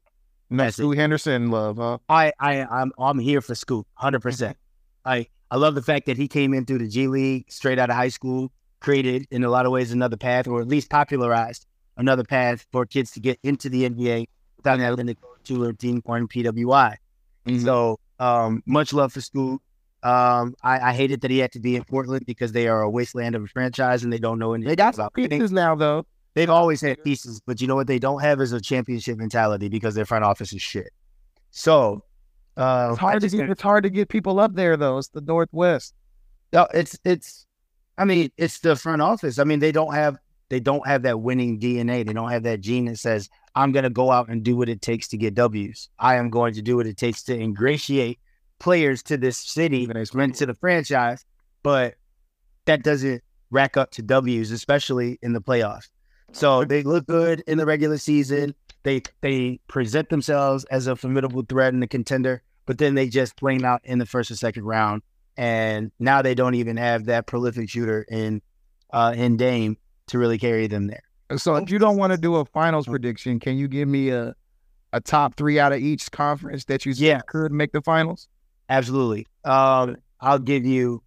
E: No,
D: That's it.
E: Sue Henderson love, huh?
D: I, I I'm I'm here for Scoop, hundred percent. I I love the fact that he came in through the G League straight out of high school, created in a lot of ways another path, or at least popularized another path for kids to get into the NBA without having to go to a team or in PWI.
E: Mhm.
D: So um, much love for Scoop. Um, I, I hated that he had to be in Portland because they are a wasteland of a franchise and they don't know anything
E: They got some
D: about winning.
E: pieces now, though.
D: They've always had pieces, but you know what they don't have is a championship mentality because their front office is shit. So uh,
E: It's hard to get. It's hard to get people up there, though. It's the Northwest.
D: No, it's it's. I mean, it's the front office. I mean, they don't have they don't have that winning DNA. They don't have that gene that says I'm going to go out and do what it takes to get W's. I am going to do what it takes to ingratiate players to this city and to the franchise, but that doesn't rack up to W's, especially in the playoffs. So they look good in the regular season. They they present themselves as a formidable threat and a contender, but then they just flame out in the first or second round, and now they don't even have that prolific shooter in uh, in Dame to really carry them there.
E: So if you don't want to do a finals prediction, can you give me a a top three out of each conference that you think
D: Yeah.
E: could make the finals?
D: Absolutely. Um, I'll give you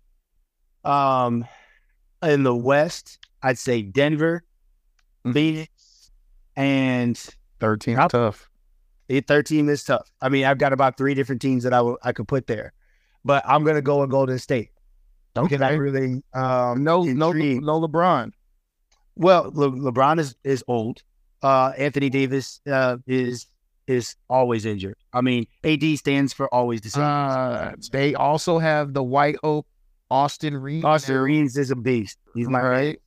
D: um in the West, I'd say Denver,
E: Mhm.
D: Phoenix, and
E: Thirteen,
D: Yep.
E: tough.
D: it, 13 is tough. I mean, I've got about three different teams that I would- I could put there, but I'm gonna go with Golden State. Because I
E: Okay.
D: really um
E: Uh, No, no,
D: intrigued.
E: no LeBron.
D: well Le- LeBron is is old. Uh, Anthony Davis uh, is is always injured. I mean, AD stands for always the same.
E: Uh, they also have the White Hope, Austin Reed.
D: Austin Reeves is a beast. He's my
E: right.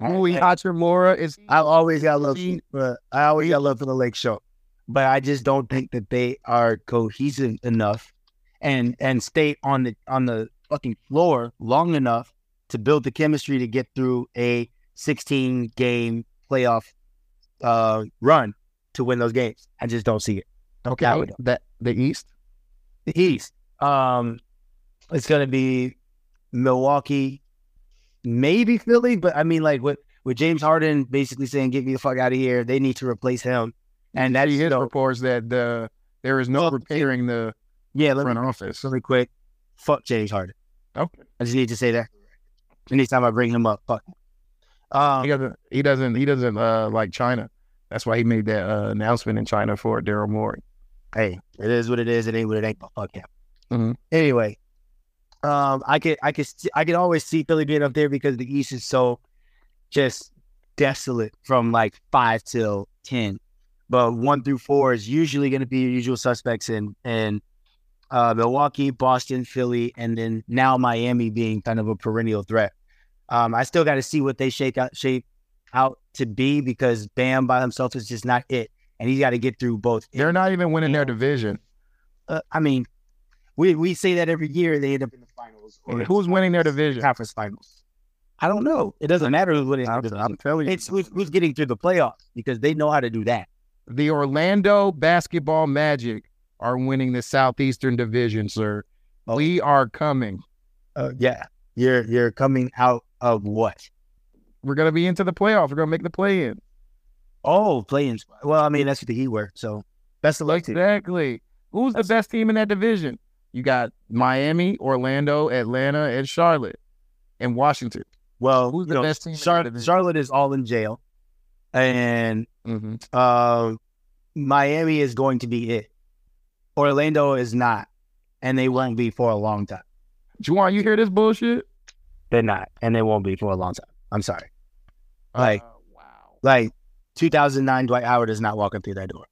E: Rui Hachimura is
D: I always got love
E: He-
D: for I always got love for the Lake Show, but I just don't think that they are cohesive enough and and stay on the on the fucking floor long enough to build the chemistry to get through a 16 game playoff uh run to win those games. I just don't see it.
E: okay.
D: that would-
E: That the East.
D: The East, um, it's gonna be Milwaukee, maybe Philly, but I mean, like with with James Harden basically saying, "Get me the fuck out of here," they need to replace him, and that's
E: He
D: you
E: hit
D: know,
E: reports that the there is no
D: Fuck.
E: repairing the
D: yeah. Let me
E: front office.
D: really quick. Fuck James Harden.
E: Okay.
D: I just need to say that. Anytime I bring him up, fuck.
E: He
D: Um,
E: doesn't. He doesn't. He doesn't uh, like China. That's why he made that uh, announcement in China for Daryl Morey.
D: hey, it is what it is. It ain't what it ain't. But fuck him.
E: Mhm.
D: Anyway, um, I could, I could, st- I could always see Philly being up there because the East is so just desolate from like five till ten, but one through four is usually going to be your usual suspects in in uh, Milwaukee, Boston, Philly, and then now Miami being kind of a perennial threat. Um, I still got to see what they shake out shape out to be because Bam by himself is just not it, and he's got to get through both.
E: They're not even winning their division.
D: Uh, I mean, we we say that every year they end up in the finals.
E: And who's winning their division?
D: Conference finals. I don't know. It doesn't matter who's winning. the division.
E: telling
D: It's who's, who's getting through the playoffs because they know how to do that.
E: the Orlando Basketball Magic are winning the Southeastern Division, sir.
D: Oh.
E: We are coming.
D: Uh, yeah, you're you're coming out of what?
E: We're gonna be into the playoffs. We're gonna make the play in.
D: Oh, playing. Well, I mean that's what the Heat were. So best of luck to you.
E: Exactly. Who's the best team in that division? You got Miami, Orlando, Atlanta, and Charlotte, and Washington.
D: Well,
E: Who's the
D: you know,
E: best team?
D: Char-
E: in that division?
D: Charlotte is all in jail, and
E: hmm
D: uh, Miami is going to be it. Orlando is not, and they won't be for a long time.
E: Juwan, you hear this bullshit?
D: They're not, and they won't be for a long time. I'm sorry. Like,
E: wow.
D: like 2009 Dwight Howard is not walking through that door.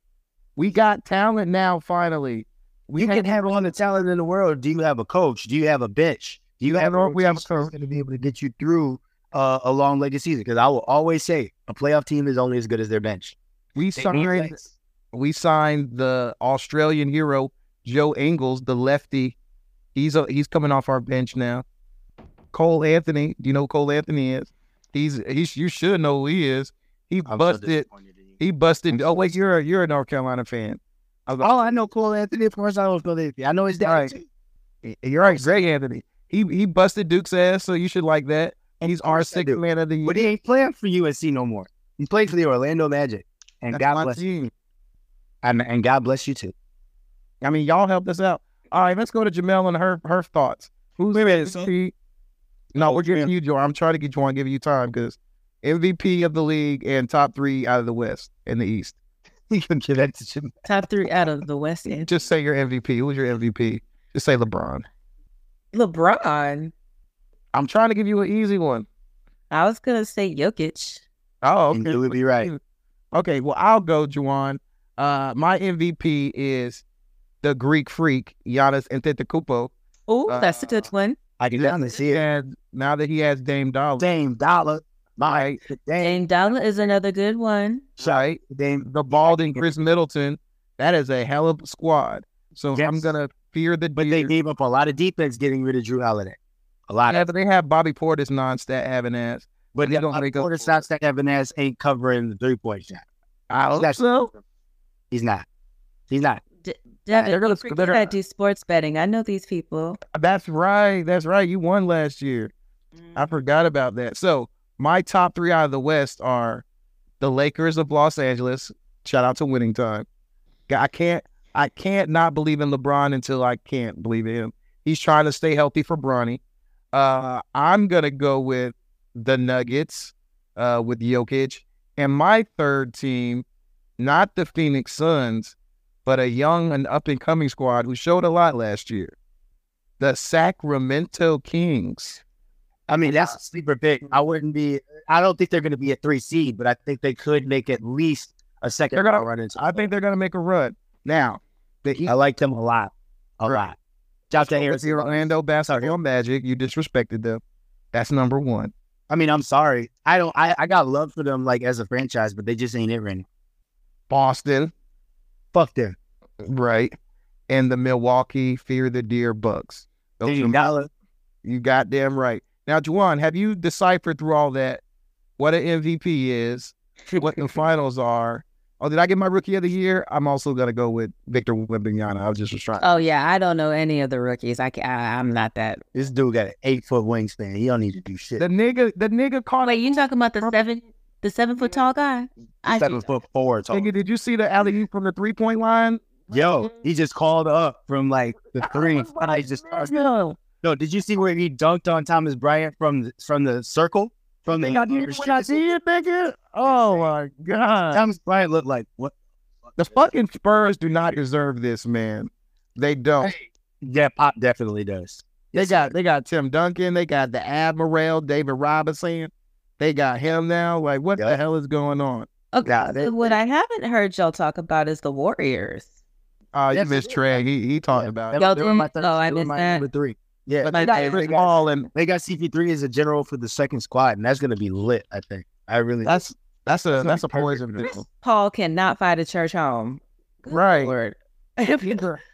E: We got talent now. Finally, we
D: you
E: have-
D: can have all the talent in the world. Do you have a coach? Do you have a bench? Do you
E: I
D: have?
E: don't know if we have a
D: rotation that's going to be able to get you through uh, a long legacy season. Because I will always say a playoff team is only as good as their bench.
E: we
D: They need
E: signed
D: that.
E: we signed the Australian hero Joe Ingles, the lefty. He's a, he's coming off our bench now. Cole Anthony, do you know who Cole Anthony is? He's he's you should know who he is. He
D: I'm so
E: busted.
D: disappointed in you.
E: he busted. Oh wait, you're a, you're a North Carolina fan.
D: Oh, I know Cole Anthony. Of course, I know Cole Anthony. I know his dad.
E: Right.
D: too.
E: You're right, Greg Anthony. He he busted Duke's ass, so you should like that. And he's our
D: course I
E: sixth
D: do.
E: man of the year.
D: But he ain't playing for USC no more. He played for the Orlando Magic, and
E: That's
D: God
E: my
D: bless.
E: team.
D: And, and God bless you too.
E: I mean, y'all helped us out. All right, let's go to Jamel and her her thoughts. Who's
C: Wait a minute, so- Oh,
E: MVP? No, we're giving you Jordan. I'm trying to get Jordan, giving you time because MVP of the league and top three out of the West and the East.
D: You can give that to Jim.
A: Top three out of the West End.
E: Just say your MVP. Who's your MVP? Just say LeBron.
A: LeBron.
E: I'm trying to give you an easy one.
A: I was gonna say Jokic.
E: Oh,
D: And
C: Mm.
E: okay.
D: you would be right.
E: Okay, well, I'll go, Juwan. Uh, my MVP is the Greek freak, Giannis Antetokounmpo.
A: Oh, that's a good
E: Uh,
A: one.
D: I can definitely see it.
E: And now that he has Dame Dollar,
D: Dame Dollar. My dang,
A: Dame Dollar is another good one.
D: right? Dame,
E: the balding Chris Middleton. That is a hell of a squad. So I'm
D: Yes.
E: gonna fear the
D: but they
E: deer.
D: gave up a lot of defense getting rid of Drew Holiday. A lot.
E: Yeah, but they have Bobby Portis non-stat having ass.
D: but
E: they
D: yeah,
E: don't really go
D: Porter
E: for
D: Stouts that Evans ain't covering the three point shot.
E: I hope
D: That's-
E: so.
D: He's not. He's not.
A: Devin,
E: they're gonna-
A: you forget
E: they're-
A: I do sports betting. I know these people.
E: That's right. That's right. You won last year.
A: Uh,
E: I forgot about that. So my top three out of the West are the Lakers of Los Angeles. Shout out to Winning Time. G- I can't. I can't not believe in LeBron until I can't believe in him. He's trying to stay healthy for Bronny. Uh, I'm gonna go with the Nuggets uh, with Jokic, and my third team, not the Phoenix Suns, but a young and up and coming squad who showed a lot last year, the Sacramento Kings.
D: I mean, that's a sleeper pick. I wouldn't be. I don't think they're going to be a three seed, but I think they could make at least a 2nd
E: They're gonna-
D: run into.
E: I think they're gonna make a run. Now, the Heat
D: I like them a lot, a lot. Shout out to
E: with the
D: Harrison.
E: Orlando basketball magic. You disrespected them. That's number one.
D: I mean, I'm sorry. I don't. I, I got love for them like as a franchise, but they just ain't it right now.
E: Boston,
D: Fuck them.
E: right? And the Milwaukee Fear the Deer Bucks. Those
D: Dame
E: are-
D: Dollar.
E: you goddamn right. Now, Juwan, have you deciphered through all that what an MVP is, what the finals are? Oh, did I get my rookie of the year? I'm also gonna go with Victor Wembanyama. I was just trying.
A: Oh yeah, I don't know any of the rookies. I, ca- I I'm not that.
D: This dude got an eight foot wingspan. He don't need to do shit.
E: the nigga, the nigga caught.
A: Wait, you talking about the seven the seven foot tall guy? I
D: Seven foot four. tall.
E: Nigga, did you see the alley oop from the three point line?
D: Yo, he just called up from like the three. I just
E: No,
D: no. Did you see where he dunked on Thomas Bryant from the, from the circle? From the
E: it, nigga. Oh my god.
D: Thomas Bryant looked like what?
E: The fucking Spurs do not deserve this, man. They don't.
D: Yeah, Pop definitely does.
E: They got they got Tim Duncan. They got the Admiral David Robinson. They got him now. Like, what the
D: Yep.
E: hell is going on?
A: okay.
D: Nah, they-
A: so what I haven't heard y'all talk about is the Warriors.
E: Uh, you
D: Yes,
E: missed
D: it is.
E: Trey. He he talked
D: Yeah.
E: about
D: They
E: it.
A: Y'all
D: were- they were my
A: did?
D: third-
A: Oh, I
D: they were
A: missed
D: my
A: that.
D: number three. Yeah,
E: But
D: they
E: they
D: got-
E: got
D: they
E: Chris
D: got-
E: Paul and
D: They got CP3 as a general for the second squad, and that's gonna be lit. I think. I really.
E: that's that's a
D: That's
E: that's a
D: perfect.
E: poison
A: Chris
E: pill.
A: Paul cannot fight a church home. Good
E: Right.
A: Lord.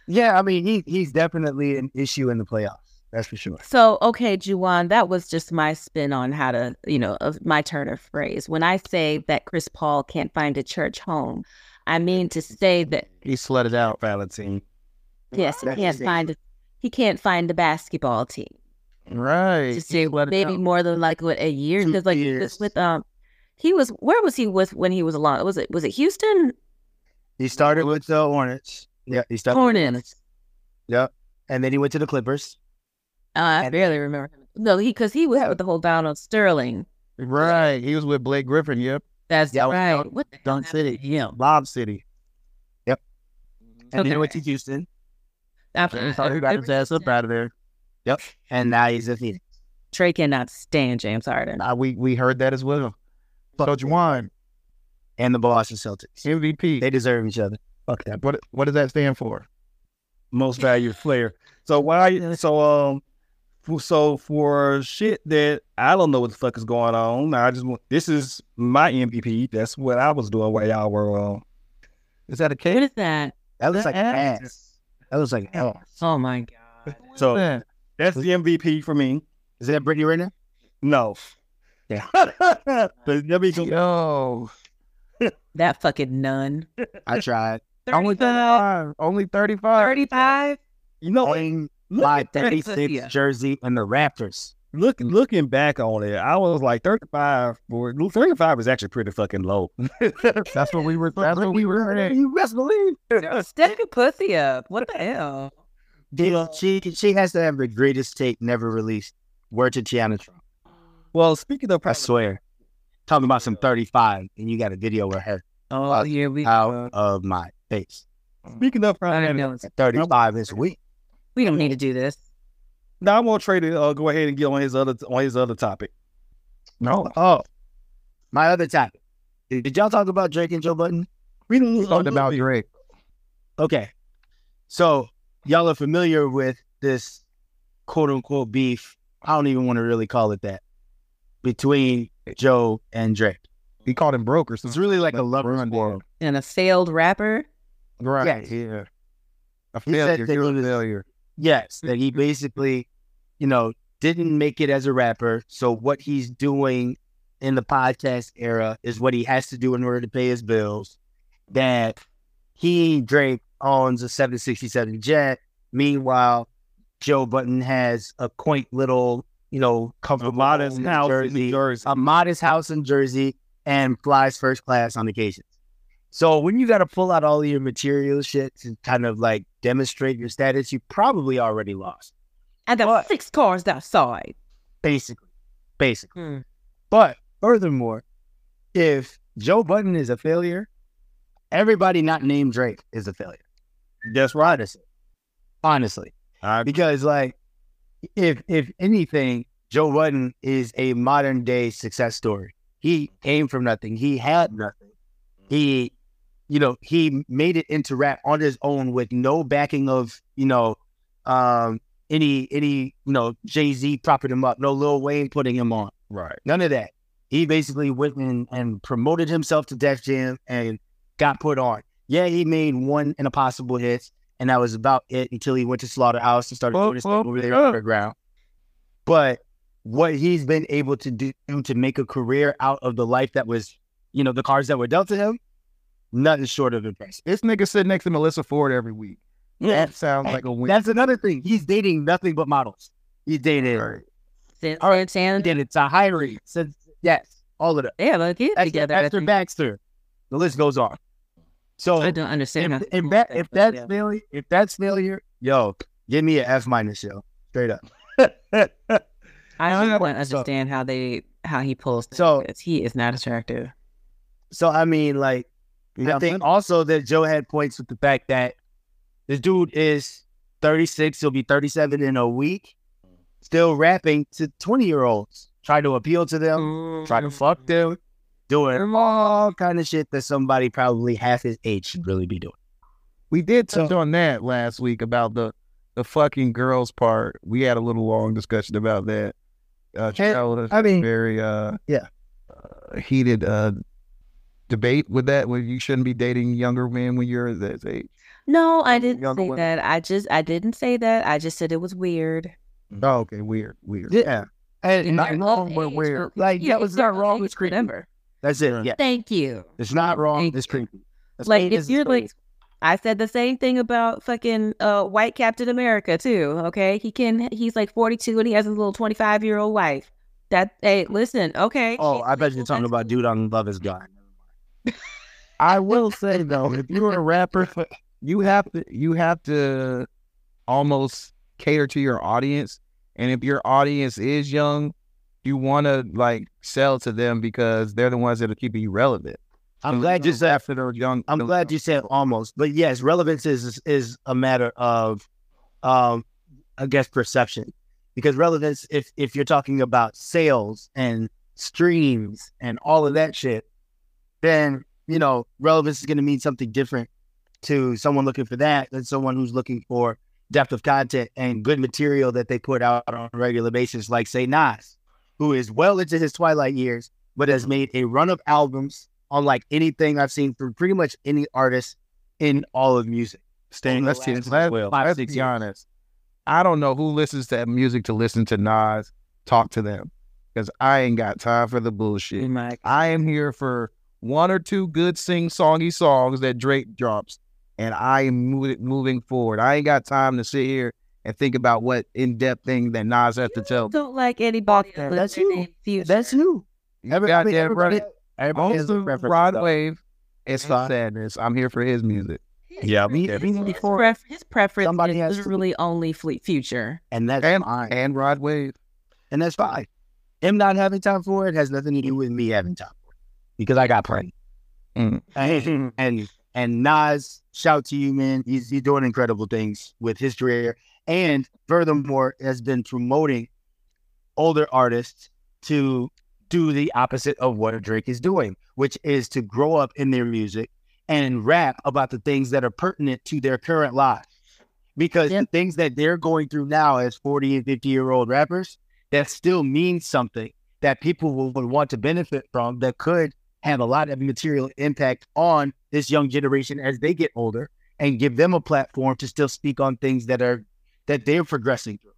D: yeah, I mean, he he's definitely an issue in the playoffs. That's for sure.
A: So, okay, Juwan, that was just my spin on how to, you know, of my turn of phrase. When I say that Chris Paul can't find a church home, I mean to say that
E: He slutted out Valentine.
A: yes, he
D: That's
A: can't
D: insane.
A: find a, he can't find a basketball team.
E: Right.
A: To
E: He
A: say
E: slutted
A: maybe
E: out.
A: more than like what a year
D: Two
A: because like he
D: years.
A: was with um he was where was he with when he was alone? Was it was it Houston
D: He started with the Hornets. Yeah, he started.
A: Hornets?
D: and then he went to the Clippers.
A: Uh, I barely remember. No, he because he was with the whole down on Sterling.
E: Right. He was with Blake Griffin. Yep.
A: That's
D: Yeah, I was
A: right.
D: down-
A: What the hell
D: Dunk
A: happened
D: City.
A: to him?
D: Lob City. Yep. And then
A: Okay.
D: he went to Houston,
A: After
E: So he got his ass up out of there.
D: and now he's a Phoenix.
A: Trey cannot stand James Harden.
E: Uh, we we heard that as well. So Juwan
D: And the Boston Celtics.
E: MVP.
D: They deserve each other. Fuck that.
E: what what does that stand for?
C: most valued player. So why? So um, for, so for shit that I don't know what the fuck is going on. I just want this is my MVP. That's what I was doing while y'all were um, on.
E: Is that a case?
A: What is that?
D: That looks like
E: ass.
D: ass. That looks like ass.
A: Oh my god.
C: So-
E: Yeah.
C: That's the MVP for me.
D: Is that Brittany Renner?
C: No.
D: Yeah.
C: But let me go-
E: Yo,
A: That fucking nun.
D: I tried.
E: only 35. Only 35.
A: 35?
C: you know, what?
D: Playing
C: Oh, look,
D: my
C: at that.
D: 36 jersey and the Raptors.
C: look, looking back on it, I was like 35. For, 35 is actually pretty fucking low.
E: That's what we were. That's what we were. At.
D: You best believe.
A: Step your pussy up. What the hell?
D: She she has to have the greatest tape never released. Word to Tiana Trump.
C: Well, speaking of
D: I swear. Talking about some 35, and you got a video with her
A: Oh, here we
D: out
A: go.
D: of my face.
C: speaking of
A: I
C: probably
A: don't know. It's-
D: 35 this week.
A: We don't need to do this.
C: Now I want Trey to uh, go ahead and get on his other on his other topic.
E: No.
D: Oh, my other topic. Did did y'all talk about Drake and Joe Button?
C: We didn't
E: Talking about Drake.
D: Okay. So y'all are familiar with this quote unquote beef. I don't even want to really call it that. Between Joe, and Drake.
E: He called him broke or
D: It's
E: something.
D: really like a lover's
E: Run,
D: quarrel.
A: and a failed rapper.
E: Right.
D: Yes.
E: Yeah. A
D: He
E: failure.
D: said that
E: You're
D: he
E: a
D: was-
E: failure.
D: Yes, that
C: Mm-hmm.
D: he basically, you know, didn't make it as a rapper. So what he's doing in the podcast era is what he has to do in order to pay his bills. That he Drake owns a 767 jet. Meanwhile, Joe Button has a quaint little, you know,
C: A
D: comfortable
C: modest
D: home in
C: house in New Jersey.
D: a modest house in Jersey and flies first class on occasions. So when you got to pull out all your material shit to kind of like demonstrate your status, you probably already lost,
G: And there were six cars that side.
D: basically, basically. But furthermore, if Joe Button is a failure, everybody not named Drake is a failure.
C: That's right.
D: Honestly, honestly,
C: I-
D: because like if if anything, Joe Budden is a modern day success story. He came from nothing. He had nothing. He, you know, he made it into rap on his own with no backing of you know um, any any you know Jay Z propping him up, no Lil Wayne putting him on.
C: Right.
D: None of that. He basically went and, and promoted himself to Def Jam and got put on. Yeah, he made one in a possible hit, and that was about it until he went to Slaughterhouse and started
E: Oh,
D: doing his stuff
E: oh,
D: over there
E: oh.
D: underground. But what he's been able to do to make a career out of the life that was, you know, the cards that were dealt to him, nothing short of impressive.
E: This nigga sitting next to Melissa Ford every week. That sounds like a win.
D: That's another thing. He's dating nothing but models. He dated,
A: Since
D: All right,
A: Santana
D: he dated Tahiri. Since yes, all of that.
A: they have a kid
D: Esther,
A: together. I
D: Esther
A: think.
D: Baxter. The list goes on. So
A: I
D: if,
A: don't understand. how-
D: if that if that's
A: Yeah.
D: failure, if that's failure, yo, give me an F minus, yo, straight up.
A: I
D: I
A: don't
D: don't
A: quite
D: so-
A: understand how they how he pulls.
D: So-
A: things. he is not attractive.
D: So I mean, like, I
E: got
D: think also that Joe had points with the fact that this dude is 36, he'll be 37 in a week, still rapping to 20 year olds, trying to appeal to them,
C: Mm-hmm.
D: trying to fuck them, doing all kind of shit that somebody probably half his age should really be doing.
E: We did
D: So-
E: touch on that last week about the the fucking girls part. We had a little long discussion about that. Uh,
D: Can't-
E: Charlotte
D: I mean,
E: very uh
D: Yeah.
E: uh, heated uh debate with that where you shouldn't be dating younger men when you're that age.
A: No, I didn't
E: Younger
A: say
E: women.
A: that. I just I didn't say that. I just said it was weird.
E: Oh, okay, weird, weird.
D: Yeah. And
A: You're
D: not wrong,
A: of
D: but
A: age,
D: weird.
A: but-
D: Like,
A: yeah,
D: that was
A: you're
D: not
A: of
D: wrong.
A: age,
D: It's creepy.
A: Whatever.
D: That's it. Yeah.
A: Thank you.
D: It's not wrong.
A: Thank
D: It's
A: you.
D: creepy. That's
A: Like
D: creepy.
A: if
D: It's
A: you're
D: creepy.
A: like, I said the same thing about fucking uh white Captain America too. Okay, he can. He's like 42 and he has his little 25 year old wife. That hey, listen, okay.
D: oh,
A: she's
D: I bet you're
A: legal,
D: talking
A: that's
D: about
A: cool.
D: dude on Love Is Gone.
E: I will say though, if you're a rapper, you have to you have to almost cater to your audience. And if your audience is young, you want to like sell to them because they're the ones that are keeping you relevant.
D: I'm glad you said.
E: after they're young.
D: I'm
E: they're
D: glad
E: young.
D: you said almost, but yes, relevance is is- is a matter of, um, I guess perception, because relevance, if if you're talking about sales and streams and all of that shit, then you know relevance is going to mean something different to someone looking for that than someone who's looking for depth of content and good material that they put out on a regular basis, like say Nas, who is well into his twilight years, but has made a run of albums unlike anything I've seen from pretty much any artist in all of music.
C: Staying
D: Let's see,
C: as
D: let's-
C: well.
D: five,
E: let's
D: six
E: be
D: years.
E: honest. I don't know who listens to music to listen to Nas talk to them because I ain't got time for the bullshit.
A: Mike.
E: I am here for one or two good sing songy songs that Drake drops, and I am mo- moving forward. I ain't got time to sit here and think about what in depth thing that Nas has to tell. me.
A: Don't like anybody.
E: Fuck that.
A: other
D: That's
A: than
D: you.
A: Future.
D: That's new.
E: You goddamn right.
D: everybody
E: Most
D: has a
E: of
D: preference,
E: Rod
D: though.
E: Wave is
D: Fine.
E: sadness. I'm here for his music.
C: Yeah,
A: His
C: yeah.
A: preference- his, pref- his preference
D: Somebody
A: is
D: has to-
A: literally only fleet future.
D: and that's
E: And,
D: fine.
E: and Rod Wave.
D: And that's fine. Him not having time for it has nothing to do with me having time for it because I got plenty.
E: Mm.
D: And, and and Nas, shout to you, man. He's he's doing incredible things with his career, and furthermore, has been promoting older artists to do the opposite of what Drake is doing, which is to grow up in their music and rap about the things that are pertinent to their current lives. Because the things that they're going through now as 40 and 50 year old rappers, that still means something that people would, would want to benefit from that could have a lot of material impact on this young generation as they get older and give them a platform to still speak on things that are that they're progressing through.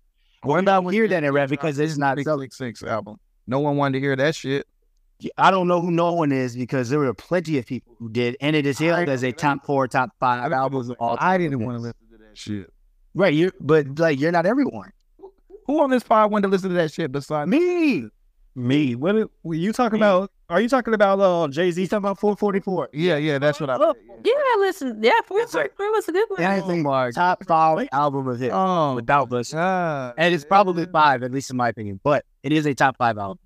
D: We're not hear that in rap because it's not
E: Big
D: selling.
E: Six Six album. No one wanted to hear that shit.
D: I don't know who no one is because there were plenty of people who did, and it is hailed as a top four, top five albums of all.
E: I didn't want to
D: time.
E: listen to that shit.
D: Right, you but like you're not everyone.
E: Who on this pod wanted to listen to that shit besides me?
D: Me,
C: Me. What are were you talking about? Are you talking about uh, Jay Z?
D: he's talking about 444.
E: Yeah, yeah, that's what I.
A: Well, yeah, listen. Yeah, four three three was a good one.
D: And I think top five album of his
E: Oh,
D: without this,
E: God.
D: and it's probably five, at least in my opinion. But it is a top five album.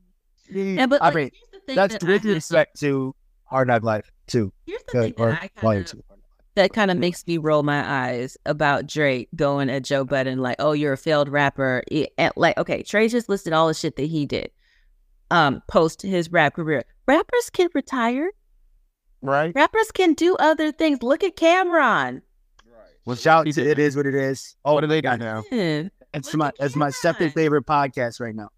A: Yeah, but
D: I
A: like,
D: mean,
A: here's the thing
D: That's
A: that I
D: with
A: had-
D: respect to Hard Knock Life too,
A: Here's the
D: Okay,
A: thing
D: or
A: that I
D: Volume
A: kind of
D: Two.
A: that kind of makes me roll my eyes about Drake going at Joe Budden like, "Oh, you're a failed rapper." It- and, like, okay, Trey just listed all the shit that he did um post his rap career. Rappers can retire.
E: right.
A: Rappers can do other things. Look at Cameron.
D: Well, shout out to it is what it is. Oh, what do they got now?
A: Hmm.
D: It's
A: Look
D: my
A: at
D: it's my second
A: Cameron.
D: favorite podcast right now.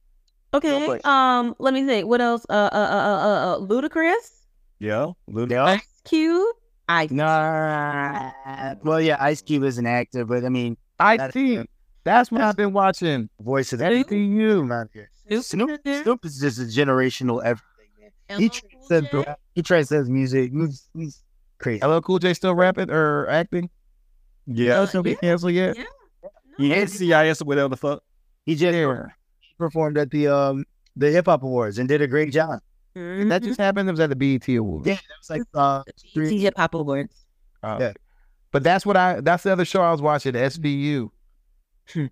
A: Okay.
D: Nobody.
A: Um, let me think. What else? Uh, uh, uh, uh, uh Ludacris,
C: Yeah. Lil-
D: Yeah.
A: Cube. I
D: Nah. Well, yeah, Ice Cube is an actor, but I mean,
E: I see. That's what I've been watching.
D: voice of
E: NTU.
D: around here.
A: Snoop
D: Snoop,
A: in there.
D: Snoop is just a generational everything, man. He
A: LL Cool
D: transcends
A: J.
D: rap. He transcends music. He's, he's crazy.
E: LL Cool J still rapping or acting?
C: Uh, Yeah.
E: That's gonna be canceled yet.
A: Yeah.
C: Yeah. CIS or whatever the fuck.
D: He just performed at the um the hip hop awards and did a great job.
E: That just happened. It was at the BET Awards.
D: Yeah, it was like uh,
A: BET Hip Hop Awards.
E: Uh,
D: Yeah.
E: But that's what I. That's the other show I was watching. SBU.
A: Hmm.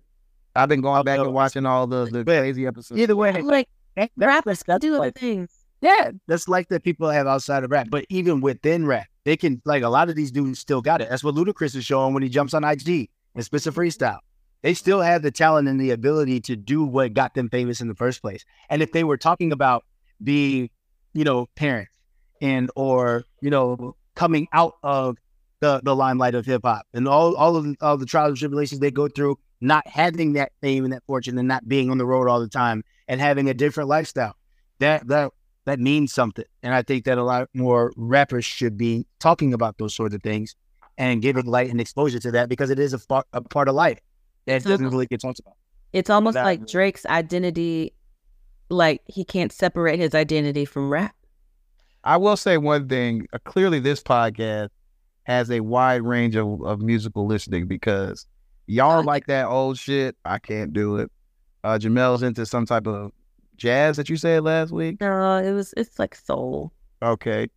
E: I've been going back
D: no,
E: and watching all the the
D: But
E: crazy episodes.
D: either way.
A: Like
D: that-
A: rappers can
D: that's
A: do other
D: like-
A: things.
D: Yeah, that's like that people have outside of rap, but even within rap, they can like a lot of these dudes still got it. That's what Ludacris is showing when he jumps on IG and spits a freestyle. They still have the talent and the ability to do what got them famous in the first place. And if they were talking about being, you know, parents and or you know coming out of the the limelight of hip hop and all all of all the trials and tribulations they go through, not having that fame and that fortune and not being on the road all the time and having a different lifestyle, that that that means something. And I think that a lot more rappers should be talking about those sorts of things and giving light and exposure to that because it is a, fa- a part of life that doesn't really get talked about.
A: It's almost
C: That-
A: like Drake's identity, like he can't separate his identity from rap.
E: I will say one thing. Uh, clearly, this podcast has a wide range of, of musical listening because y'all like that old shit. I can't do it. Uh, Jamel's into some type of jazz that you said last week.
A: No, it was it's like soul.
E: Okay.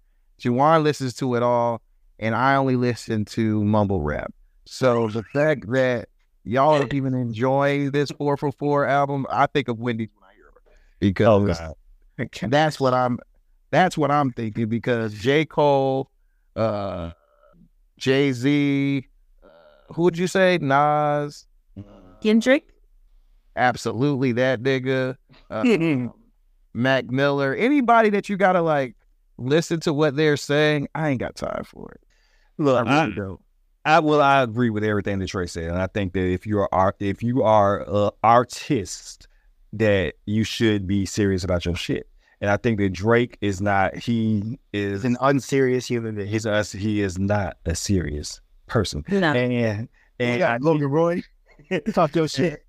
E: Juwan listens to it all, and I only listen to mumble rap. So the fact that y'all are even enjoying this 4 for 4 album, I think of Wendy's when I hear her. Because that's what I'm that's what I'm thinking because J. Cole, uh Jay Z, uh, who would you say? Nas.
A: Kendrick,
E: Absolutely that nigga. Uh, Mac Miller. Anybody that you gotta like listen to what they're saying, I ain't got time for it.
C: Look,
E: I
C: I,
E: really don't.
C: I well, I agree with everything that Trey said, and I think that if you are art, if you are a artist, that you should be serious about your shit. And I think that Drake is not. He
D: It's
C: is.
D: an unserious human being.
C: He's us. He is not a serious person.
A: no,
C: And and I,
D: Logan Roy, talk your shit.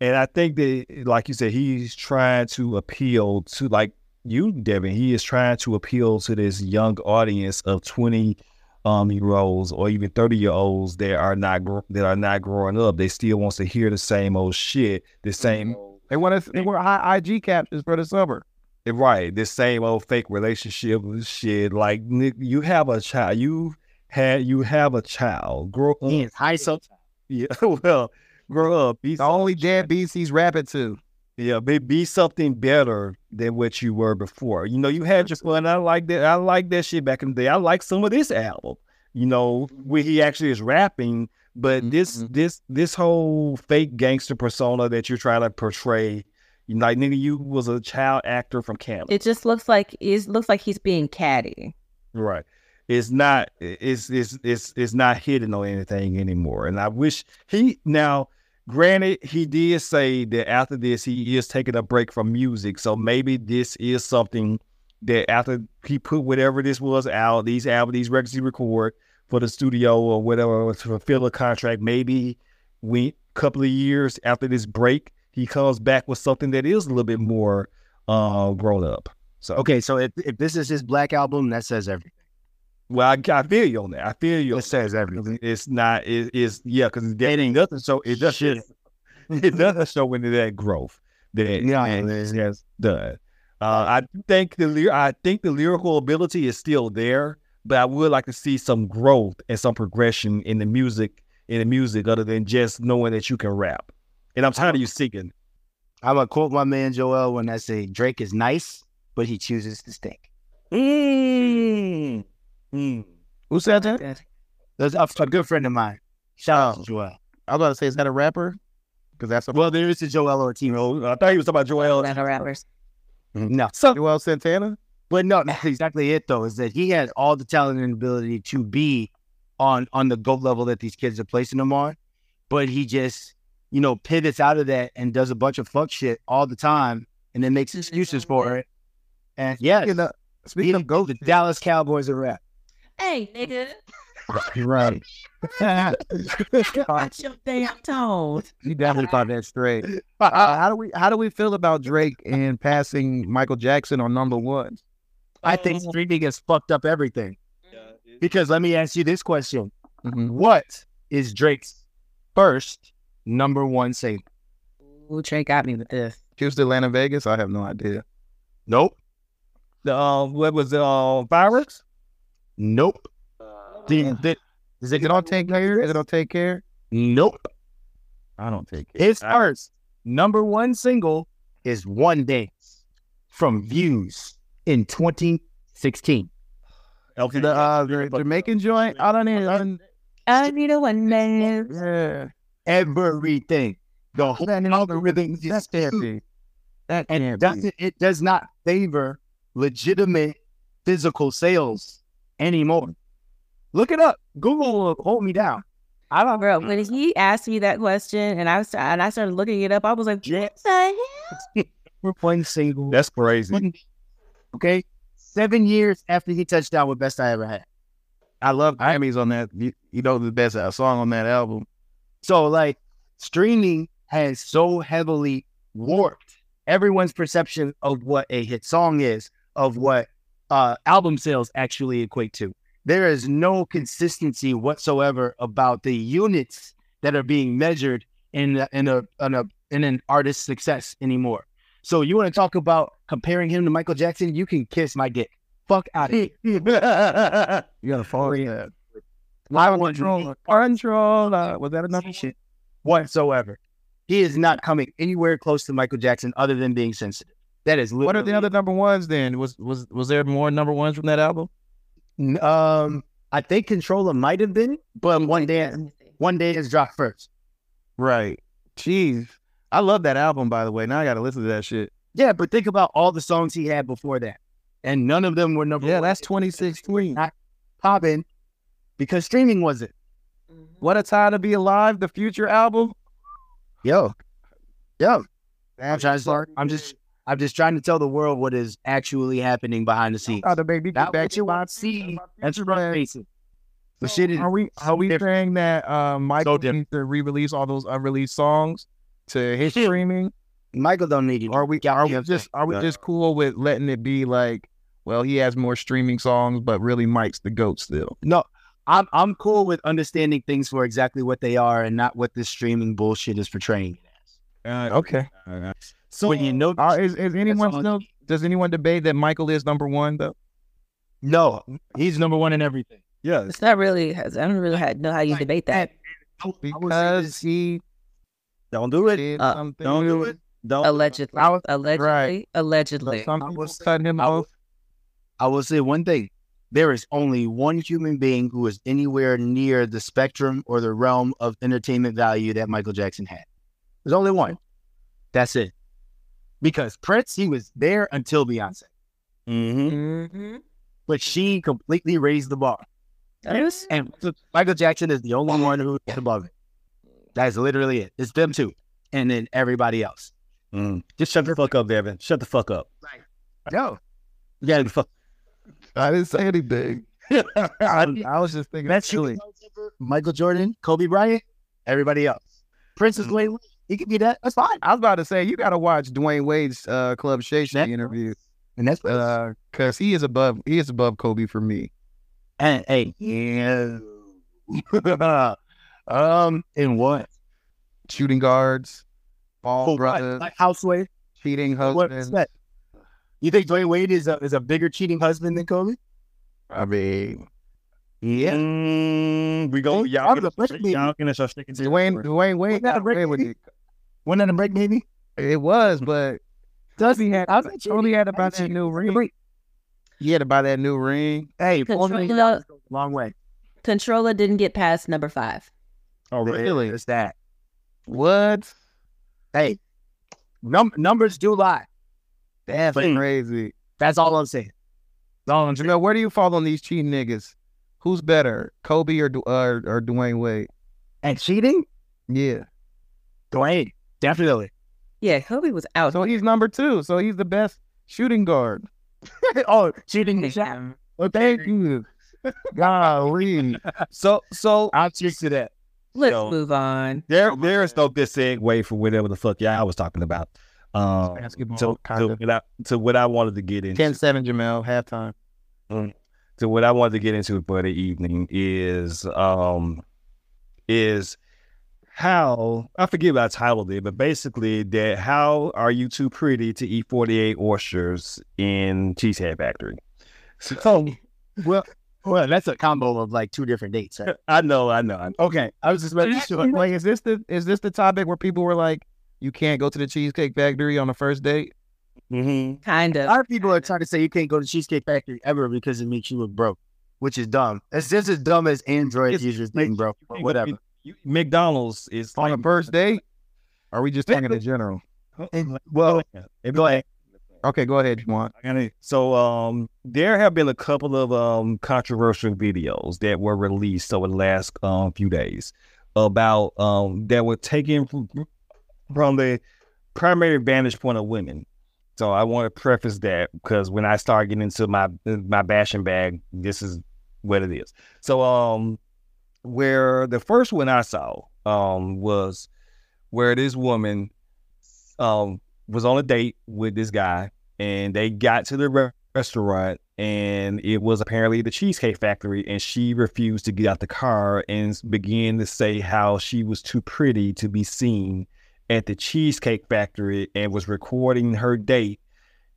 C: and I think that, like you said, he's trying to appeal to like you, Devin. He is trying to appeal to this young audience of twenty um year olds or even thirty year olds that are not gr- that are not growing up. They still wants to hear the same old shit, the same
E: They want to. They were high IG captions for the summer.
C: Right, this same old fake relationship shit. Like ni- you have a child, you had you have a child. Grow up,
D: He is high so
C: yeah. Well, grow up. Be
E: The only dead beats he's rapping to.
C: yeah, be, be something better than what you were before. You know, you had your fun. I like that. I like that shit back in the day. I like some of this album. You know, where he actually is rapping, but this
E: Mhm.
C: this this whole fake gangster persona that you're trying to portray, you know, like nigga, you was a child actor from Canada.
A: it just looks like it looks like he's being catty.
C: Right. It's not it's it's it's it's not hidden on anything anymore. And I wish he now Granted, he did say that after this, he is taking a break from music. So maybe this is something that after he put whatever this was out, these album, these records he record for the studio or whatever to fulfill a contract, maybe we couple of years after this break, he comes back with something that is a little bit more uh grown up. So
D: Okay, so if, if this is his black album, that says everything.
C: well, I, I feel you on that. I feel you. on
D: It says everything.
C: It's not. It, it's yeah, because it ain't nothing. So it doesn't. It doesn't show any of that growth that
D: Yeah,
C: that
D: man.
C: he has done. Uh, I think the ly- I think the lyrical ability is still there, but I would like to see some growth and some progression in the music in the music, other than just knowing that you can rap. And I'm tired of you singing.
D: I'm gonna quote my man Joel when I say Drake is nice, but he chooses to stink.
C: Mm.
D: Mm-hmm.
E: Who said that?
D: That's a, a good friend of mine. Shout out to Joel.
E: I was about to say, is that a rapper? Because that's a
D: Well, there is a Joel Ortiz.
C: Oh, I thought he was talking about Joel.
A: Battle rappers.
D: No,
E: Joel Santana.
D: But no, that's exactly it though, is that he has all the talent and ability to be on on the GOAT level that these kids are placing him on. But he just, you know, pivots out of that and does a bunch of fuck shit all the time and then makes excuses for it. And yeah,
E: Speaking of,
D: he
E: speaking of
D: didn't go
E: goat,
D: the Dallas Cowboys a rap.
A: Hey, nigga,
E: right?
A: watch your damn tone.
E: You definitely thought that straight. Uh, how do we how do we feel about Drake and passing Michael Jackson on number one?
D: I think
F: Oh.
D: streaming has fucked up everything. Because let me ask you this question.
C: Mm-hmm.
E: Mhm.
D: What is Drake's first number one single?
A: Ooh, Trey got me with this.
E: Houston, Atlanta, Vegas. I have no idea.
D: Nope.
C: The, um, what was it? Um, virus.
D: Nope.
E: Damn.
A: uh,
D: The- the-
E: Is it on take care? Is it on take care?
D: nope.
E: I don't take care.
D: His
C: I-
D: first number one single is One Dance from Views in 2016.
C: Okay.
E: The uh, the Jamaican joint. I don't even.
A: I need a one man.
E: Yeah,
D: Everything.
C: Oh,
D: The whole algorithm is
E: that's
D: skewed,
E: fancy. That
D: and
E: can't
D: it
E: be.
D: doesn't it does not favor legitimate physical sales anymore. Look it up. Google will hold me down. I don't
A: Bro, when he asked me that question and I was and I started looking it up, I was like, what the hell?
D: number one single.
C: That's crazy.
D: okay. Seven years after he touched down with Best I Ever Had.
E: I love Grammys on that. You, you know the best uh, song on that album.
D: So like streaming has so heavily warped everyone's perception of what a hit song is, of what uh, album sales actually equate to. There is no consistency whatsoever about the units that are being measured in a, in a, in a in an artist's success anymore. So you want to talk about comparing him to Michael Jackson? You can kiss my dick. Fuck out of here.
E: you gotta follow that. Live
D: want-
E: controller, controller. Was that enough?
D: Shit. whatsoever. He is not coming anywhere close to Michael Jackson other than being sensitive. That is literally
E: What are the other number ones then? Was was was there more number ones from that album?
D: Um, I think Controller might have been, but one day, one day is dropped first.
E: Right. Jeez, I love that album. By the way, now I gotta listen to that shit.
D: Yeah, but think about all the songs he had before that, and none of them were number.
E: Yeah,
D: one.
E: that's 2016.
D: popping because streaming wasn't.
E: What a time to be alive. The future album.
D: Yo, yo, I'm just, I'm just, I'm just trying to tell the world what is actually happening behind the scenes.
E: How to make me
D: Not
E: get
D: what
E: back
D: you
E: to my
D: want to see. That's what I'm facing. The shit is
E: Are we are we
D: different.
E: saying that uh, Michael
D: different.
E: needs to re-release all those unreleased songs to his streaming?
D: Michael don't need it.
E: Are we
D: Yeah,
E: are we
D: yeah,
E: just are we
C: Yeah.
E: just cool with letting it be like, well, he has more streaming songs, but really Mike's the goat still.
D: No, I'm I'm cool with understanding things for exactly what they are and not what this streaming bullshit is portraying.
C: Uh,
E: Okay.
D: So when you know,
E: Are, Uh, is, is anyone
D: all-
E: still does anyone debate that Michael is number one though?
D: no, he's number one in everything.
C: Yeah.
A: It's not really, I don't really ha- know how you debate that.
E: Because he
C: Don't do it.
E: did
A: Uh,
E: something.
C: Don't do it. Don't.
A: Allegedly.
E: I was-
A: allegedly.
E: right.
A: Allegedly.
E: Some
D: I
E: people
D: was-
E: cut him
D: I
E: off.
D: I will say one thing: there is only one human being who is anywhere near the spectrum or the realm of entertainment value that Michael Jackson had. There's only one. That's it. Because Prince, he was there until Beyonce,
C: Mm-hmm.
A: Mm-hmm.
D: but she completely raised the bar.
A: It was,
D: And Michael Jackson is the only one who is above it. That's literally it. It's them two, and then everybody else.
C: Mm. Just shut the fuck up, Devin. Shut the fuck up.
E: No,
C: You gotta fuck.
E: I didn't say anything. I, I was just thinking.
D: Eventually, Michael Jordan, Kobe Bryant, everybody else. Prince
E: Mm.
D: is way. He could be that. That's fine.
E: I was about to say you got to watch Dwayne Wade's uh, Club Shay Shay
D: That-
E: interview
D: And that's uh,
E: because he is above he is above Kobe for me.
D: and hey, yeah. um, in what?
E: Shooting guards, ball
D: Oh, right,
E: brother,
D: Like houseway.
E: cheating
D: What
E: husband.
D: respect? You think Dwayne Wade is a is a bigger cheating husband than Kobe?
E: I mean,
D: Yeah.
C: Mm, we go.
D: Hey,
C: Y'all,
D: I'm
C: gonna,
D: the first man.
C: y'all gonna start sticking to
E: Dwayne Dwayne Wade
D: Wasn't that
E: got
D: a break,
E: away with
D: baby?
E: it.
D: One at a break, maybe.
E: It was, but
D: Does
E: he had
D: I was like,
E: only had to
D: I
E: buy
D: was
E: that
D: cheating.
E: new ring.
D: Break.
E: He had to buy that new ring.
D: Hey,
A: Control
D: only-
A: the-
D: long way.
A: Controller didn't get past number five.
C: Oh,
D: Really? It's that.
E: What?
D: Hey, num- numbers do lie.
E: That's
C: But-
E: crazy.
D: That's all I'm saying. That's all I'm saying.
E: Jamel, where do you fall on these cheating niggas? Who's better, Kobe or Du- or, or Dwayne Wade?
D: And cheating?
E: Yeah.
D: Dwayne, definitely.
A: Yeah, Kobe was out.
E: So he's number two. So he's the best shooting guard.
D: oh, cheating the shot.
E: Well, thank you. Golly.
C: So, so
D: I'll cheers to that.
A: Let's
C: Yo.
A: move on.
E: Oh,
C: there, there is no good segue for whatever the fuck y'all was talking about. Um,
E: Basketball,
C: to, to,
E: kinda.
C: what I, to what I wanted to get into.
E: 10 7, Jamel, halftime.
C: So what I wanted to get into for the evening is um is how I forget what I titled it, but basically that how are you too pretty to eat forty eight oysters in Cheesehead Factory? So
D: Well, well, that's a combo of like two different dates. right?
C: I know, I know, I know.
D: Okay, I was just about to
E: Like, is this the is this the topic where people were like, you can't go to the Cheesecake Factory on the first date?
A: Kind
D: A
A: of.
D: lot of people are trying to say you can't go to Cheesecake Factory ever because it makes you look broke, which is dumb. It's just as dumb as Android
C: It's-
D: users being broke, but whatever.
C: You, McDonald's is
E: On
C: like, Oh,
E: the first date? Or are we just talking in general?
D: And, well, go ahead.
E: Okay, go ahead, Juan.
C: I got it. So um, there have been a couple of um controversial videos that were released over the last um few days about um that were taken from, from the primary vantage point of women. So I want to preface that because when I start getting into my my bashing bag, this is what it is. So um, where the first one I saw um was where this woman um was on a date with this guy and they got to the re- restaurant and it was apparently the cheesecake factory and she refused to get out the car and s- began to say how she was too pretty to be seen at the cheesecake factory and was recording her date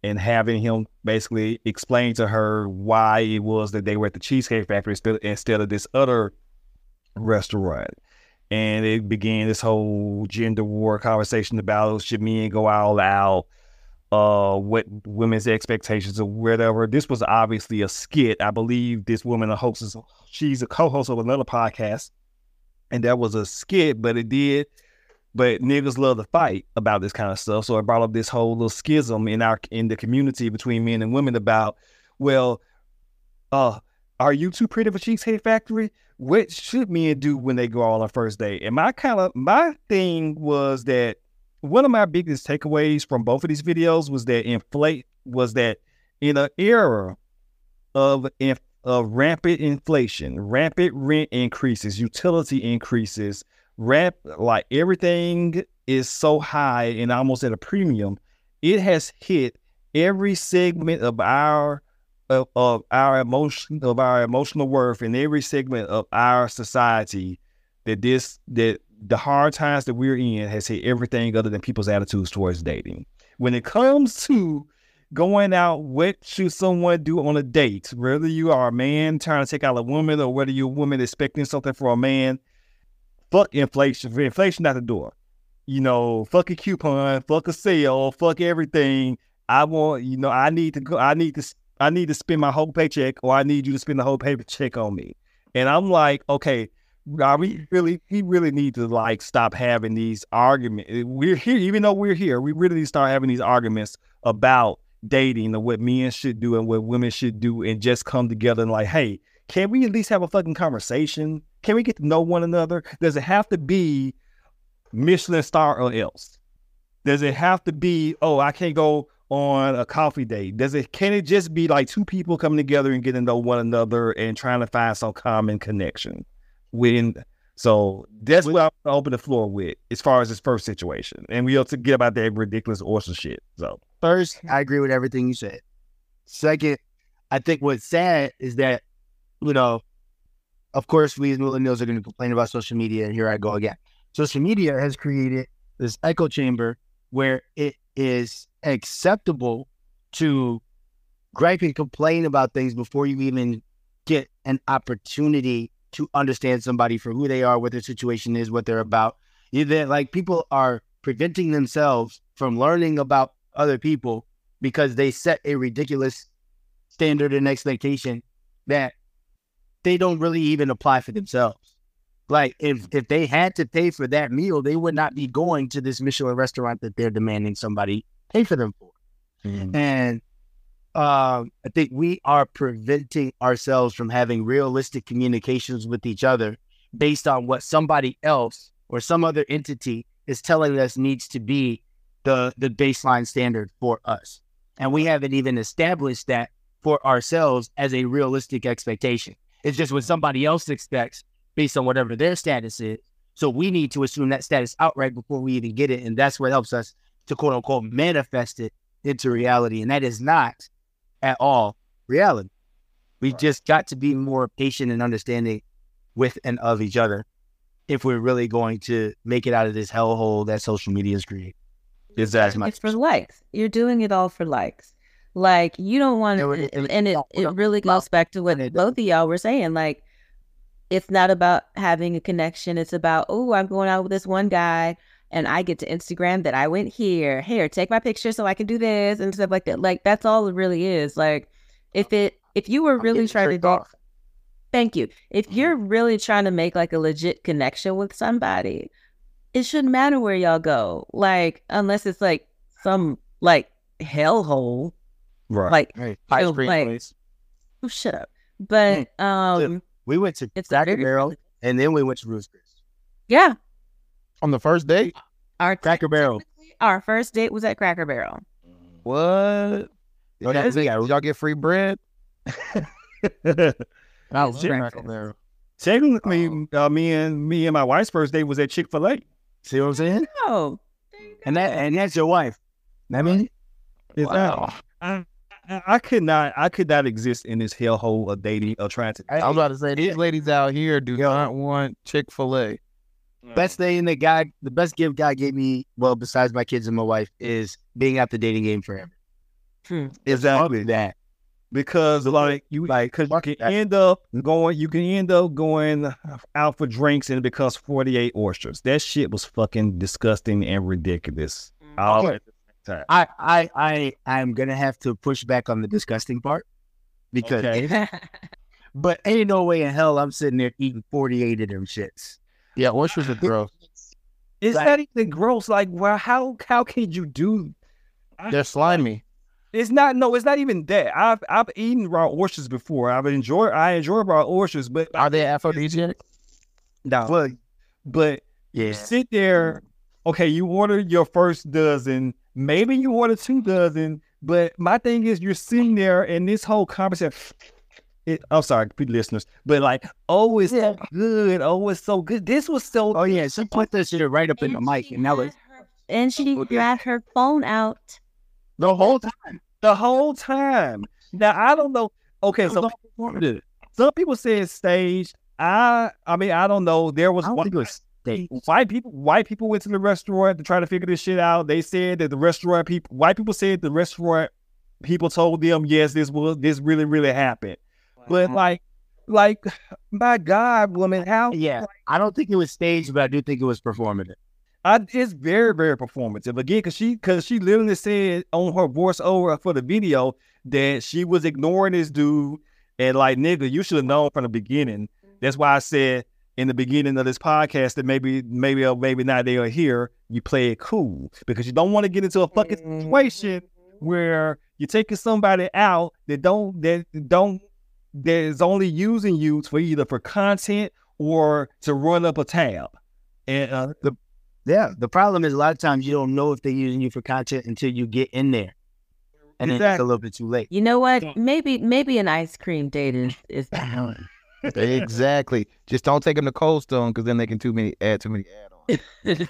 C: and having him basically explain to her why it was that they were at the cheesecake factory sp- instead of this other restaurant and it began this whole gender war conversation about should men go all out uh what women's expectations or whatever. This was obviously a skit. I believe this woman hosts she's a co-host of another podcast. And that was a skit, but it did. But niggas love to fight about this kind of stuff. So it brought up this whole little schism in our in the community between men and women about, well, uh, are you too pretty for Cheesecake Factory? What should men do when they go on a first date? And my kind of my thing was that one of my biggest takeaways from both of these videos was that inflate was that in an era of inf- of rampant inflation, rampant rent increases, utility increases, ramp like everything is so high and almost at a premium. It has hit every segment of our of, of our emotion of our emotional worth and every segment of our society that this that the hard times that we're in has hit everything other than people's attitudes towards dating. When it comes to going out, what should someone do on a date? Whether you are a man trying to take out a woman or whether you're a woman expecting something for a man, fuck inflation. Inflation out the door. You know, fuck a coupon, fuck a sale, fuck everything. I want, you know, I need to go, I need to, s- I need to spend my whole paycheck or I need you to spend the whole paycheck on me. And I'm like, okay, nah, we really, we really need to like stop having these arguments. We're here, even though we're here, we really need to start having these arguments about dating and what men should do and what women should do and just come together and like, hey, can we at least have a fucking conversation? Can we get to know one another? Does it have to be Michelin star or else? Does it have to be, oh, I can't go on a coffee date? Does it can it just be like two people coming together and getting to know one another and trying to find some common connection? When so that's what I'm gonna open the floor with as far as this first situation. And we'll to get about that ridiculous awesome shit. So
D: First, I agree with everything you said. Second, I think what's sad is that, you know, of course, we as millennials are going to complain about social media, and here I go again. Social media has created this echo chamber where it is acceptable to gripe and complain about things before you even get an opportunity to understand somebody for who they are, what their situation is, what they're about. You- they're- Like people are preventing themselves from learning about other people because they set a ridiculous standard and expectation that they don't really even apply for themselves. Like if if they had to pay for that meal, they would not be going to this Michelin restaurant that they're demanding somebody pay for them for. And um, I think we are preventing ourselves from having realistic communications with each other based on what somebody else or some other entity is telling us needs to be the the baseline standard for us. And we haven't even established that for ourselves as a realistic expectation. It's just what somebody else expects based on whatever their status is. So we need to assume that status outright before we even get it. And that's what helps us to quote unquote manifest it into reality. And that is not at all reality. We just got to be more patient and understanding with and of each other if we're really going to make it out of this hellhole that social media is creating.
C: is that
D: That's my
A: it's for likes. You're doing it all for likes. Like you don't want,
D: No, it-
A: and,
D: it-
A: it
D: no,
A: it
D: no,
A: really
D: no,
A: goes back to what
D: it
A: both of y'all were saying. Like it's not about having a connection. It's about oh, I'm going out with this one guy, and I get to Instagram that I went here. Here, take my picture so I can do this and stuff like that. Like that's all it really is. Like if it if you were really
D: getting
A: trying to
D: tricked
A: do-
D: off.
A: Thank you. If you're really trying to make like a legit connection with somebody, it shouldn't matter where y'all go. Like, unless it's like some like hellhole.
C: right.
A: Like,
D: Right.
A: Ice cream, Like- oh, shut up. But um,
D: We went to
A: it's
D: Cracker Barrel and then we went to Roost Chris.
A: Yeah,
E: on the first date.
A: our
D: Cracker Barrel.
A: our first date was at Cracker Barrel.
E: What?
D: Oh, yeah, we got-
E: Did y'all get free bread?
D: I
A: love Cracker
D: Barrel.
C: Technically, uh, me and me and my wife's first date was at Chick Fil A.
D: See what I'm saying?
A: Oh,
D: And that and that's your wife. I mean,
C: Wow. I, I, I could not. I could not exist in this hellhole of dating of trying to.
E: I was about to say these ladies out here do not want Chick Fil A.
D: best thing that God, the best gift God gave me, well, besides my kids and my wife, is being out the dating game forever.
A: Hmm.
C: exactly
D: Fuck that.
C: because like you like
D: Like,
C: because you
D: fuck
C: can
D: that.
C: end up going. You can end up going out for drinks and it becomes forty eight oysters. That shit was fucking disgusting and ridiculous. All at the same time.
D: I, I, I, I'm gonna have to push back on the disgusting part because,
C: Okay.
D: but ain't no way in hell I'm sitting there eating 48 of them shits.
E: Yeah, oysters are gross.
C: It's
D: Like-
C: not even gross. Like, well, how how can you do?
E: They're slimy.
C: It's not no. It's not even that. I've I've eaten raw oysters before. I've enjoyed I enjoy raw oysters, but
E: Are they aphrodisiac?
C: no.
D: Look,
C: But you
D: yeah,
C: sit there. Okay, you order your first dozen. Maybe you order two dozen. But my thing is, you're sitting there and this whole conversation. It, I'm sorry, repeat listeners, but like, oh, it's so good. Oh, it's so good. This was so.
D: oh yeah, she put that shit right up in the mic, and that was
A: and she
D: Okay.
A: grabbed her phone out.
D: the whole time.
C: the whole time. Now I don't know. Okay, so some people say it's staged. I I mean I don't know. There was
D: I don't
C: one
D: think it was steak.
C: white people white people went to the restaurant to try to figure this shit out. They said that the restaurant people white people said the restaurant people told them yes this was this really really happened. But like like my God, woman, how
D: Yeah, I don't think it was staged, but I do think it was performative.
C: I, it's very, very performative. Again, cause she cause she literally said on her voiceover for the video that she was ignoring this dude and like nigga, you should have known from the beginning. That's why I said in the beginning of this podcast that maybe maybe or maybe not they are here, you play it cool. Because you don't want to get into a fucking situation where you're taking somebody out that don't that don't that is only using you for either for content or to run up a tab. And uh,
D: Yeah. The problem is a lot of times you don't know if they're using you for content until you get in there. And then it's a
C: Exactly.
D: little bit too late.
A: You know what? Maybe maybe an ice cream date is, is valid.
E: exactly. Just don't take them to Cold Stone because then they can too many add too many add-ons.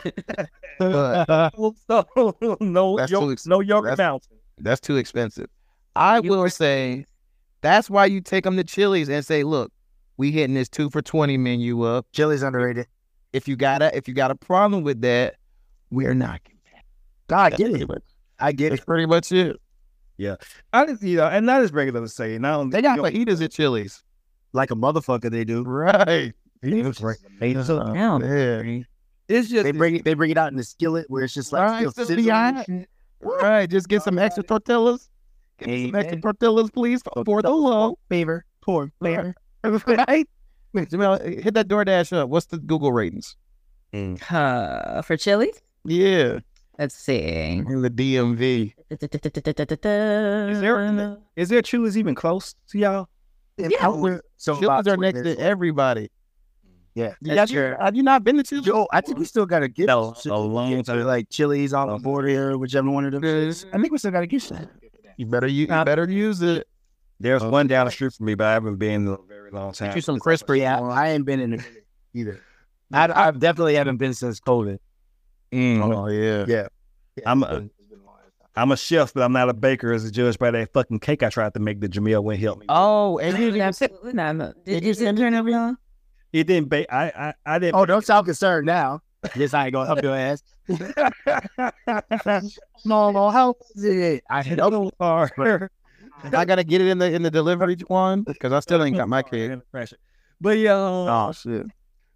E: But-
C: no, no,
E: That's too
C: yo-
E: ex-
C: no yogurt
E: that's-
C: mountain.
E: That's too expensive. I
A: You
E: will say that's why you take them to Chili's and say, look, we hitting this two for twenty menu up.
D: Chili's underrated.
E: If you got a if you got a problem with that, we're not.
D: God, I get it. I get
E: That's
D: it.
E: pretty much it.
C: I just, you know, and I just bring it up and say, not only
E: They got
C: you know,
E: fajitas at Chili's,
D: Like a motherfucker they do.
E: right?
D: It's just amazing.
A: Now,
E: Yeah.
C: it's just
D: They bring it they bring it out in the skillet where it's just like
E: Right,
D: still
E: just
D: sizzling
E: behind.
D: and shit.
E: Right. Just get some extra tortillas. Get me some extra
D: Amen.
E: tortillas, please, for the low.
D: favor. Poor favor.
E: Right? Wait, Jamel, hit that DoorDash up. What's the Google ratings?
A: uh, for Chili's,
E: Yeah.
A: let's see.
E: In the DMV.
C: there- is there Chili's even close to y'all?
A: Yeah.
D: So
E: Chili's
D: about
E: are next to
D: 20
E: everybody.
D: Yeah.
E: You got- Have you not been to Chili's?
D: Yo, I think we still gotta get
C: No,
D: shit.
C: a long time. Oh.
D: Like Chili's on the border here, whichever one of them.
E: Yes.
D: I think we still gotta get that.
E: You better you, you better use it.
C: There's one down the street from me, but I haven't been in a very long time.
E: you some crispy
D: Yeah, well, I ain't been in it either. I, I definitely haven't been since COVID.
E: Oh yeah.
C: mm, I'm a, I'm a chef, but I'm not a baker, as judged by that fucking cake I tried to make that Jamil wouldn't help me. with.
E: Oh, and you didn't even-
A: Absolutely not. no.
E: Did
A: Did
E: you
A: you send turn over on?
C: It didn't bake. I I, I didn't.
D: Oh, don't sound concerned now. This I ain't gonna help your ass. no, no, how was it? I had other
C: Or-
E: I gotta get it in the in the delivery one because I still ain't got my kid.
C: But yeah, uh,
E: Oh shit.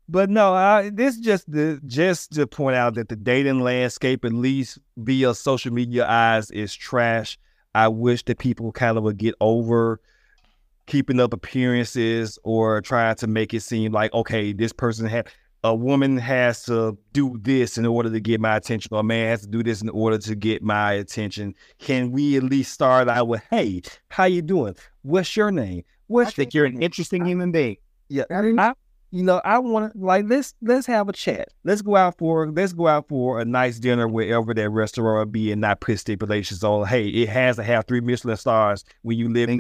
C: but no, I, this just the just to point out that the dating landscape, at least via social media eyes, is trash. I wish that people kind of would get over keeping up appearances or trying to make it seem like okay, this person had a woman has to do this in order to get my attention, or a man has to do this in order to get my attention. Can we at least start out with, "Hey, how you doing? What's your name?
D: I
C: What's your
D: think you're an interesting human being.
C: yeah, I, you know, I want to like let's let's have a chat. Let's go out for let's go out for a nice dinner wherever that restaurant be, and not put stipulations on. Hey, it has to have three Michelin stars when you live in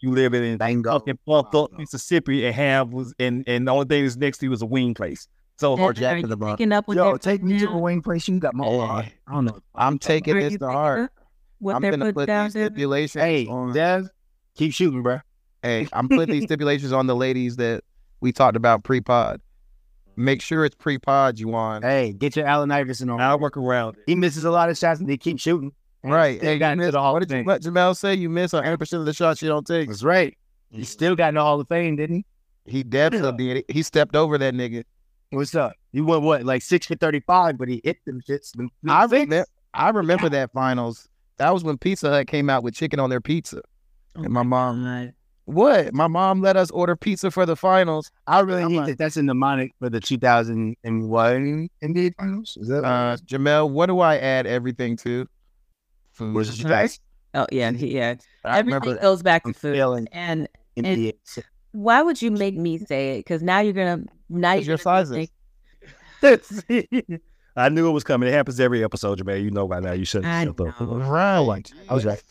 C: you live in
D: Bingo.
C: fucking Buffalo, Mississippi, and have was and and the only thing that's next to you was a wing place. So
A: Or
D: Jack in the Box.
A: Picking up with
D: Yo,
A: their-
D: take me to
A: Yeah.
D: a wing place. You got my whole heart. I don't know.
E: I'm
A: Are
E: taking
A: you
E: this to
A: picking
E: heart.
A: up What
E: I'm
A: they're
E: gonna
A: putting
E: put
A: down
E: these
A: there?
E: stipulations.
D: Hey,
E: on-
D: Dev, keep shooting, bro.
E: Hey, I'm putting these stipulations on the ladies that we talked about pre-pod. Make sure it's pre-pod, Juwan.
D: Hey, get your Allen Iverson on.
C: I'll work around it.
D: He misses a lot of shots and they keep shooting.
E: Right.
D: They
E: Hey,
D: got
E: you
D: into
E: missed,
D: the Hall
E: what
D: of
E: did you,
D: Fame.
E: what Jamel say? You miss 100% of the shots you don't take.
D: That's right.
E: Mm-hmm.
D: He still got in the Hall of Fame, didn't he?
E: He definitely did it. He stepped over that nigga.
D: What's up? He went what, like six for thirty-five, but he hit them shits. them- them
E: I
D: six.
E: remember, I remember that finals. That was when Pizza Hut came out with chicken on their pizza. And Oh my mom, what? My mom let us order pizza for the finals.
D: I really
E: I'm
D: hate
E: like-
D: that. That's a mnemonic for the 2001 NBA Finals. Is that
E: Uh, Jamel, what do I add everything to? Food.
D: was it nice?
A: Oh yeah, he- yeah.
E: I
A: Everything
E: remember.
A: goes back
D: I'm
A: to food.
D: failing
A: And
D: NBA.
A: why would you make me say it? Because now you're gonna now
E: 'Cause
A: you're
E: your
A: gonna
E: sizes.
A: make-
C: I knew it was coming. It happens every episode, man. You know by now. You shouldn't
A: I
C: shut up.
A: know.
E: Right.
D: I was right.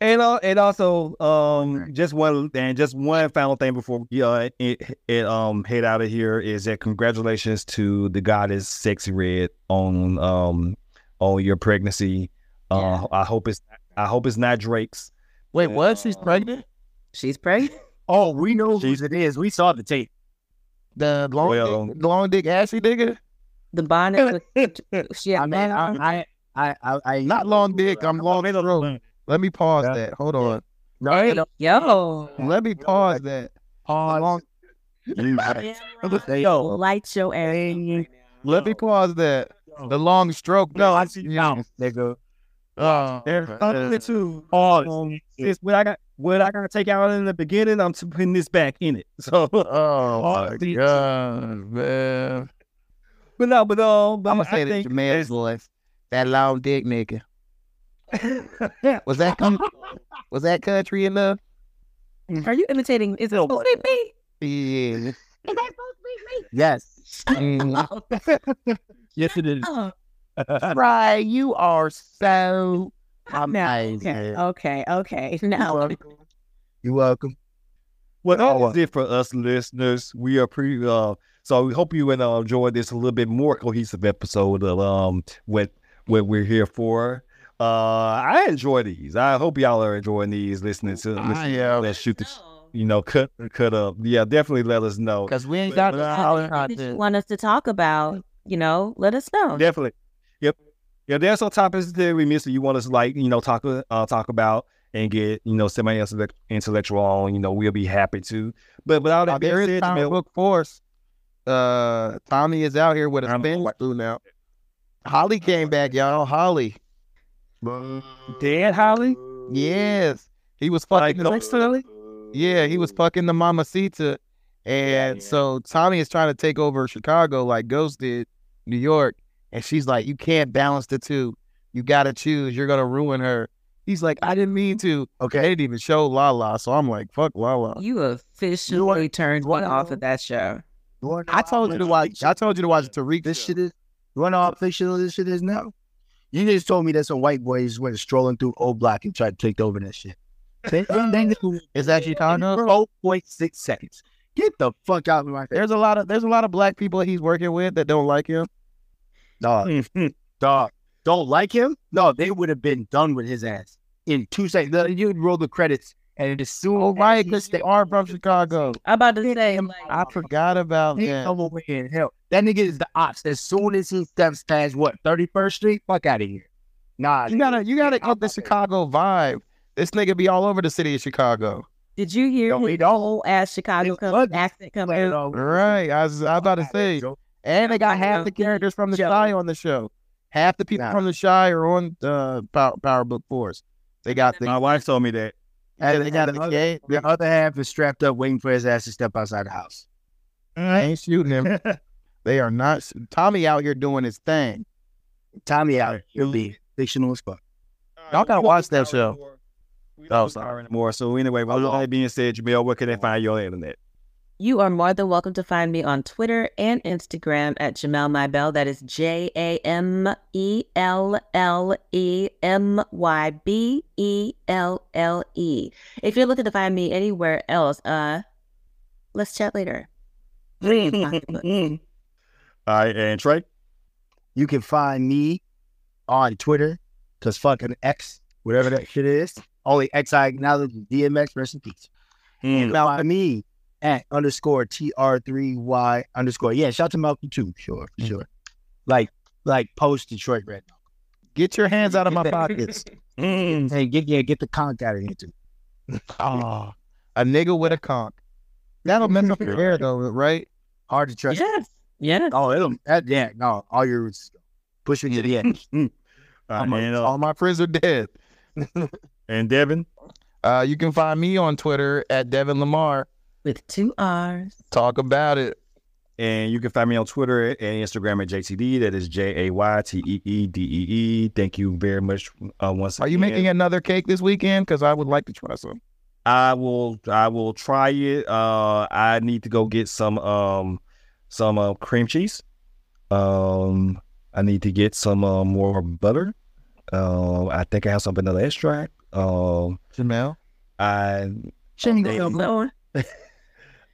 C: And uh, and also um just one and just one final thing before we uh, it, it um head out of here is that congratulations to the goddess Sexy Red on um on your pregnancy. Uh, I hope it's I hope it's not Drake's.
E: Wait, what? She's pregnant?
A: she's pregnant.
D: Oh, we know whose it is. We saw the tape.
E: The long,
C: Well-
E: dick, long dick Ashley nigga?
A: The bonnet. was- she had
D: I mean, I, I, I, I
E: Not long dick. I'm long throat. Let me pause
D: Yeah.
E: that. Hold on.
D: Right?
A: yo.
E: Let me pause that.
D: Pause.
E: Long-
C: uh,
A: Camera,
D: Yo,
A: Light your ass.
E: Let me pause that. The long stroke.
D: no, I see. No, nigga.
E: Oh,
C: There's something to
D: Pause.
C: um, it's what I got what I gotta take out in the beginning. I'm putting this back in it. So,
E: oh my
D: these-
E: god, man!
C: but no, but um, but
E: I'm
C: i
E: gonna say that
C: think
E: Jamel's voice, that long dick nigga. was that com- was that country enough?
A: Are you imitating? Is it supposed to be me?
E: Yeah.
D: Yes.
E: Mm.
C: Yes, it is.
A: Oh,
E: Fry, you are so.
D: amazing.
A: okay, okay, okay. Now,
D: You're welcome.
C: Well,
D: Oh,
E: uh,
C: that
D: well.
C: is it for us listeners. We are pretty. Uh, so we hope you uh, enjoyed this a little bit more cohesive episode of um what what we're here for. Uh, I enjoy these. I hope y'all are enjoying these. Listening to
E: I
C: listen,
E: am.
C: let's shoot the sh- you know cut cut up. Yeah, definitely let us know.
G: Because we ain't got
C: But- but
G: no
C: I-
G: holler
A: if you
G: content.
A: want us to talk
D: Mm.
A: about, you know, let us know.
C: Definitely. Yep. Yeah, there's some topics that we missed that you want us to like you know talk uh, talk about and get you know semi intellectual on. You know, we'll be happy to. But but all that
E: There
C: being
E: is
C: said, I
E: comic
C: mean,
E: book force. Uh, Tommy is out here with a
C: I'm-
E: spin flu now. Holly came back, y'all. Holly.
C: Dead Holly.
E: Yes, he was
C: Like,
E: fucking. the-
C: personally?
E: yeah, he was fucking the mamacita, and so Tommy is trying to take over Chicago like Ghost did New York, and she's like, "You can't balance the two. You gotta choose. You're gonna ruin her." He's like, "I didn't mean to." Okay, they didn't even show La La, so I'm like, "Fuck La La."
G: You officially turned
D: you wanna
G: me off of that show.
D: You wanna know
E: I
D: how
E: told you to
D: much
E: watch. I told you to watch Tariq.
D: This
E: show.
D: shit is. You wanna know how fictional this shit is now? You just told me that some white boys went strolling through O Block and tried to take over that shit. They- they knew
E: is that Chicago.
D: 0.6 seconds. Get the fuck out of my face.
E: There's a lot of there's a lot of black people he's working with that don't like him.
D: Dog. Dog. Don't like him? No, they would have been done with his ass in two seconds. You'd roll the credits and as soon
E: Oh, right,
D: as
E: because
D: he-
E: they are from Chicago.
A: I'm about to say,
D: am-
A: like,
E: I forgot about
D: He
E: that.
D: come over here and help. That nigga is the ops. As soon as he steps past what thirty first Street, fuck out of here. Nah,
E: You gotta you gotta
D: Yeah,
E: get the Chicago vibe. This nigga be all over the city of Chicago.
A: did you hear
D: Yo, we
A: his
D: don't-
A: whole ass Chicago
D: it's
A: come,
D: ugly.
A: accent come
D: Play it
A: out?
D: all.
E: Right. I was, I was about to say. And they got half the characters from the Shy on the show. Half the people
D: Nah.
E: from the Shy are on uh, Power, Power Book Force. They got the
C: My wife told me that.
D: And
E: they
D: they
E: got
D: got
E: the
D: another-
E: gay-
D: The other half is strapped up, waiting for his ass to step outside the house.
E: ain't shooting him. they are not. sh- Tommy out here doing his thing.
D: Tommy out. He'll be fictional as fuck.
E: Y'all gotta watch that show. Oh,
C: Oh,
E: sorry.
C: sorry anymore. So anyway, with all that being said, Jamil, where can they find you on the internet?
A: You are more than welcome to find me on Twitter and Instagram at Jamel Mybell. That is J A M E L L E M Y B E L L E. If you're looking to find me anywhere else, uh, let's chat later.
C: All right, and Trey.
D: You can find me on Twitter, cause fucking X, whatever that shit is. Only X I acknowledge is DMX. Rest in peace.
C: Mm.
D: Now find me at underscore tr3y underscore. Yeah, shout to Malcolm too. Sure, for sure. Like like post Detroit right now.
E: Get your hands out of my pockets. mm.
D: Hey, get yeah, get the conch out of here too.
E: Ah, a nigga with a conch. That'll mess up your hair though, right?
D: Hard to trust.
A: Yes. Yes.
D: Oh, it'll that, yeah, no, all your roots push me to the end.
C: All right,
E: I'm a-
C: and, uh,
E: all my friends are dead.
C: and Devin.
E: Uh, you can find me on Twitter at Devin Lamar.
A: With two R's.
E: Talk about it.
C: And you can find me on Twitter and Instagram at JTD. That is J A Y T E E D E E. Thank you very much uh, once
E: Are you
C: again.
E: making another cake this weekend? Because I would like to try some.
C: I will I will try it. Uh I need to go get some um some uh, cream cheese. Um I need to get some uh, more butter. Um I think I have some vanilla extract. Um
E: Jamel.
C: I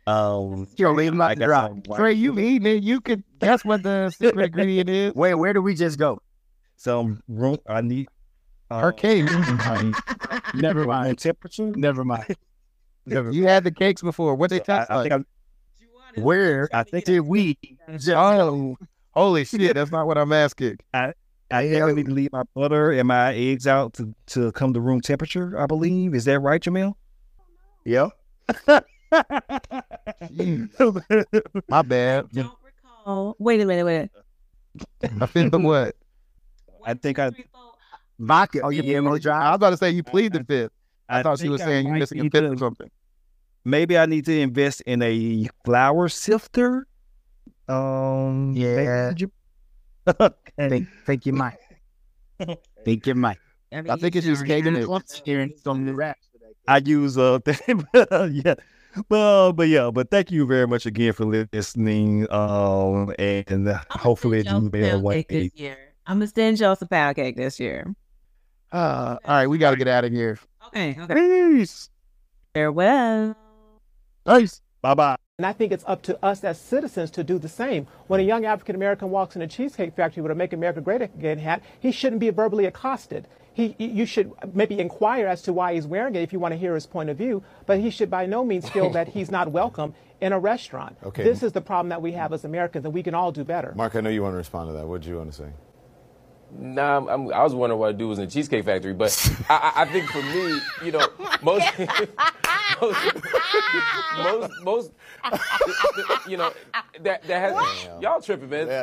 C: um
D: Yo, leave my
C: I got
D: drop.
C: some,
E: Trey, you eating it? You could. That's what the secret ingredient is.
D: Wait, where do we just go?
C: some room I need uh,
E: Her cake.
D: Never
C: room
D: mind.
C: temperature.
D: Never mind. Never
E: you had the cakes before. What they
C: So I,
E: taste
C: I
E: like?
C: think I'm,
D: Where
C: I think
D: did we just
E: Oh, holy shit! That's not what I'm asking.
C: I think I need to leave my butter and my eggs out to, to come to room temperature, I believe. Is that right, Jamil?
D: Yo.
E: My bad.
A: Don't recall. Wait a minute. Wait. A minute.
E: I feel what?
C: I think I-
D: Vodka. Oh, you
A: Yeah.
D: gave me
E: I
D: drop.
E: was about to say you plead the fifth. I, thought she
C: think
E: was
C: I
E: saying you
C: might
E: missing a
C: need
E: fifth
C: to-
E: or something.
C: Maybe I need to invest in a flour sifter. Um,
D: Yeah.
C: maybe-
D: Think, think you might. think you might.
E: I think it's just cake and it.
D: Hearing some raps.
C: I use uh, yeah, Well, but yeah, but thank you very much again for listening. Um, and hopefully it
A: I'm
C: made a way.
A: this year. I'm gonna send y'all some pound cake this year.
E: Uh, all right, we got to get out of here.
A: Okay. Okay.
E: Peace.
A: Farewell.
E: Peace.
C: Bye bye.
H: And I think it's up to us as citizens to do the same. When a young African American walks in a cheesecake factory with a "Make America Great Again" hat, he shouldn't be verbally accosted. He, you should maybe inquire as to why he's wearing it if you want to hear his point of view. But he should by no means feel that he's not welcome in a restaurant.
I: Okay.
H: This is the problem that we have as Americans, and we can all do better.
I: Mark, I know you want to respond to that. What do you want to say?
J: Nah, I'm, I'm, I was wondering what a dude was in the Cheesecake Factory, but I, I, I think for me, you know, most, most, most, you know, that that has y'all tripping, man.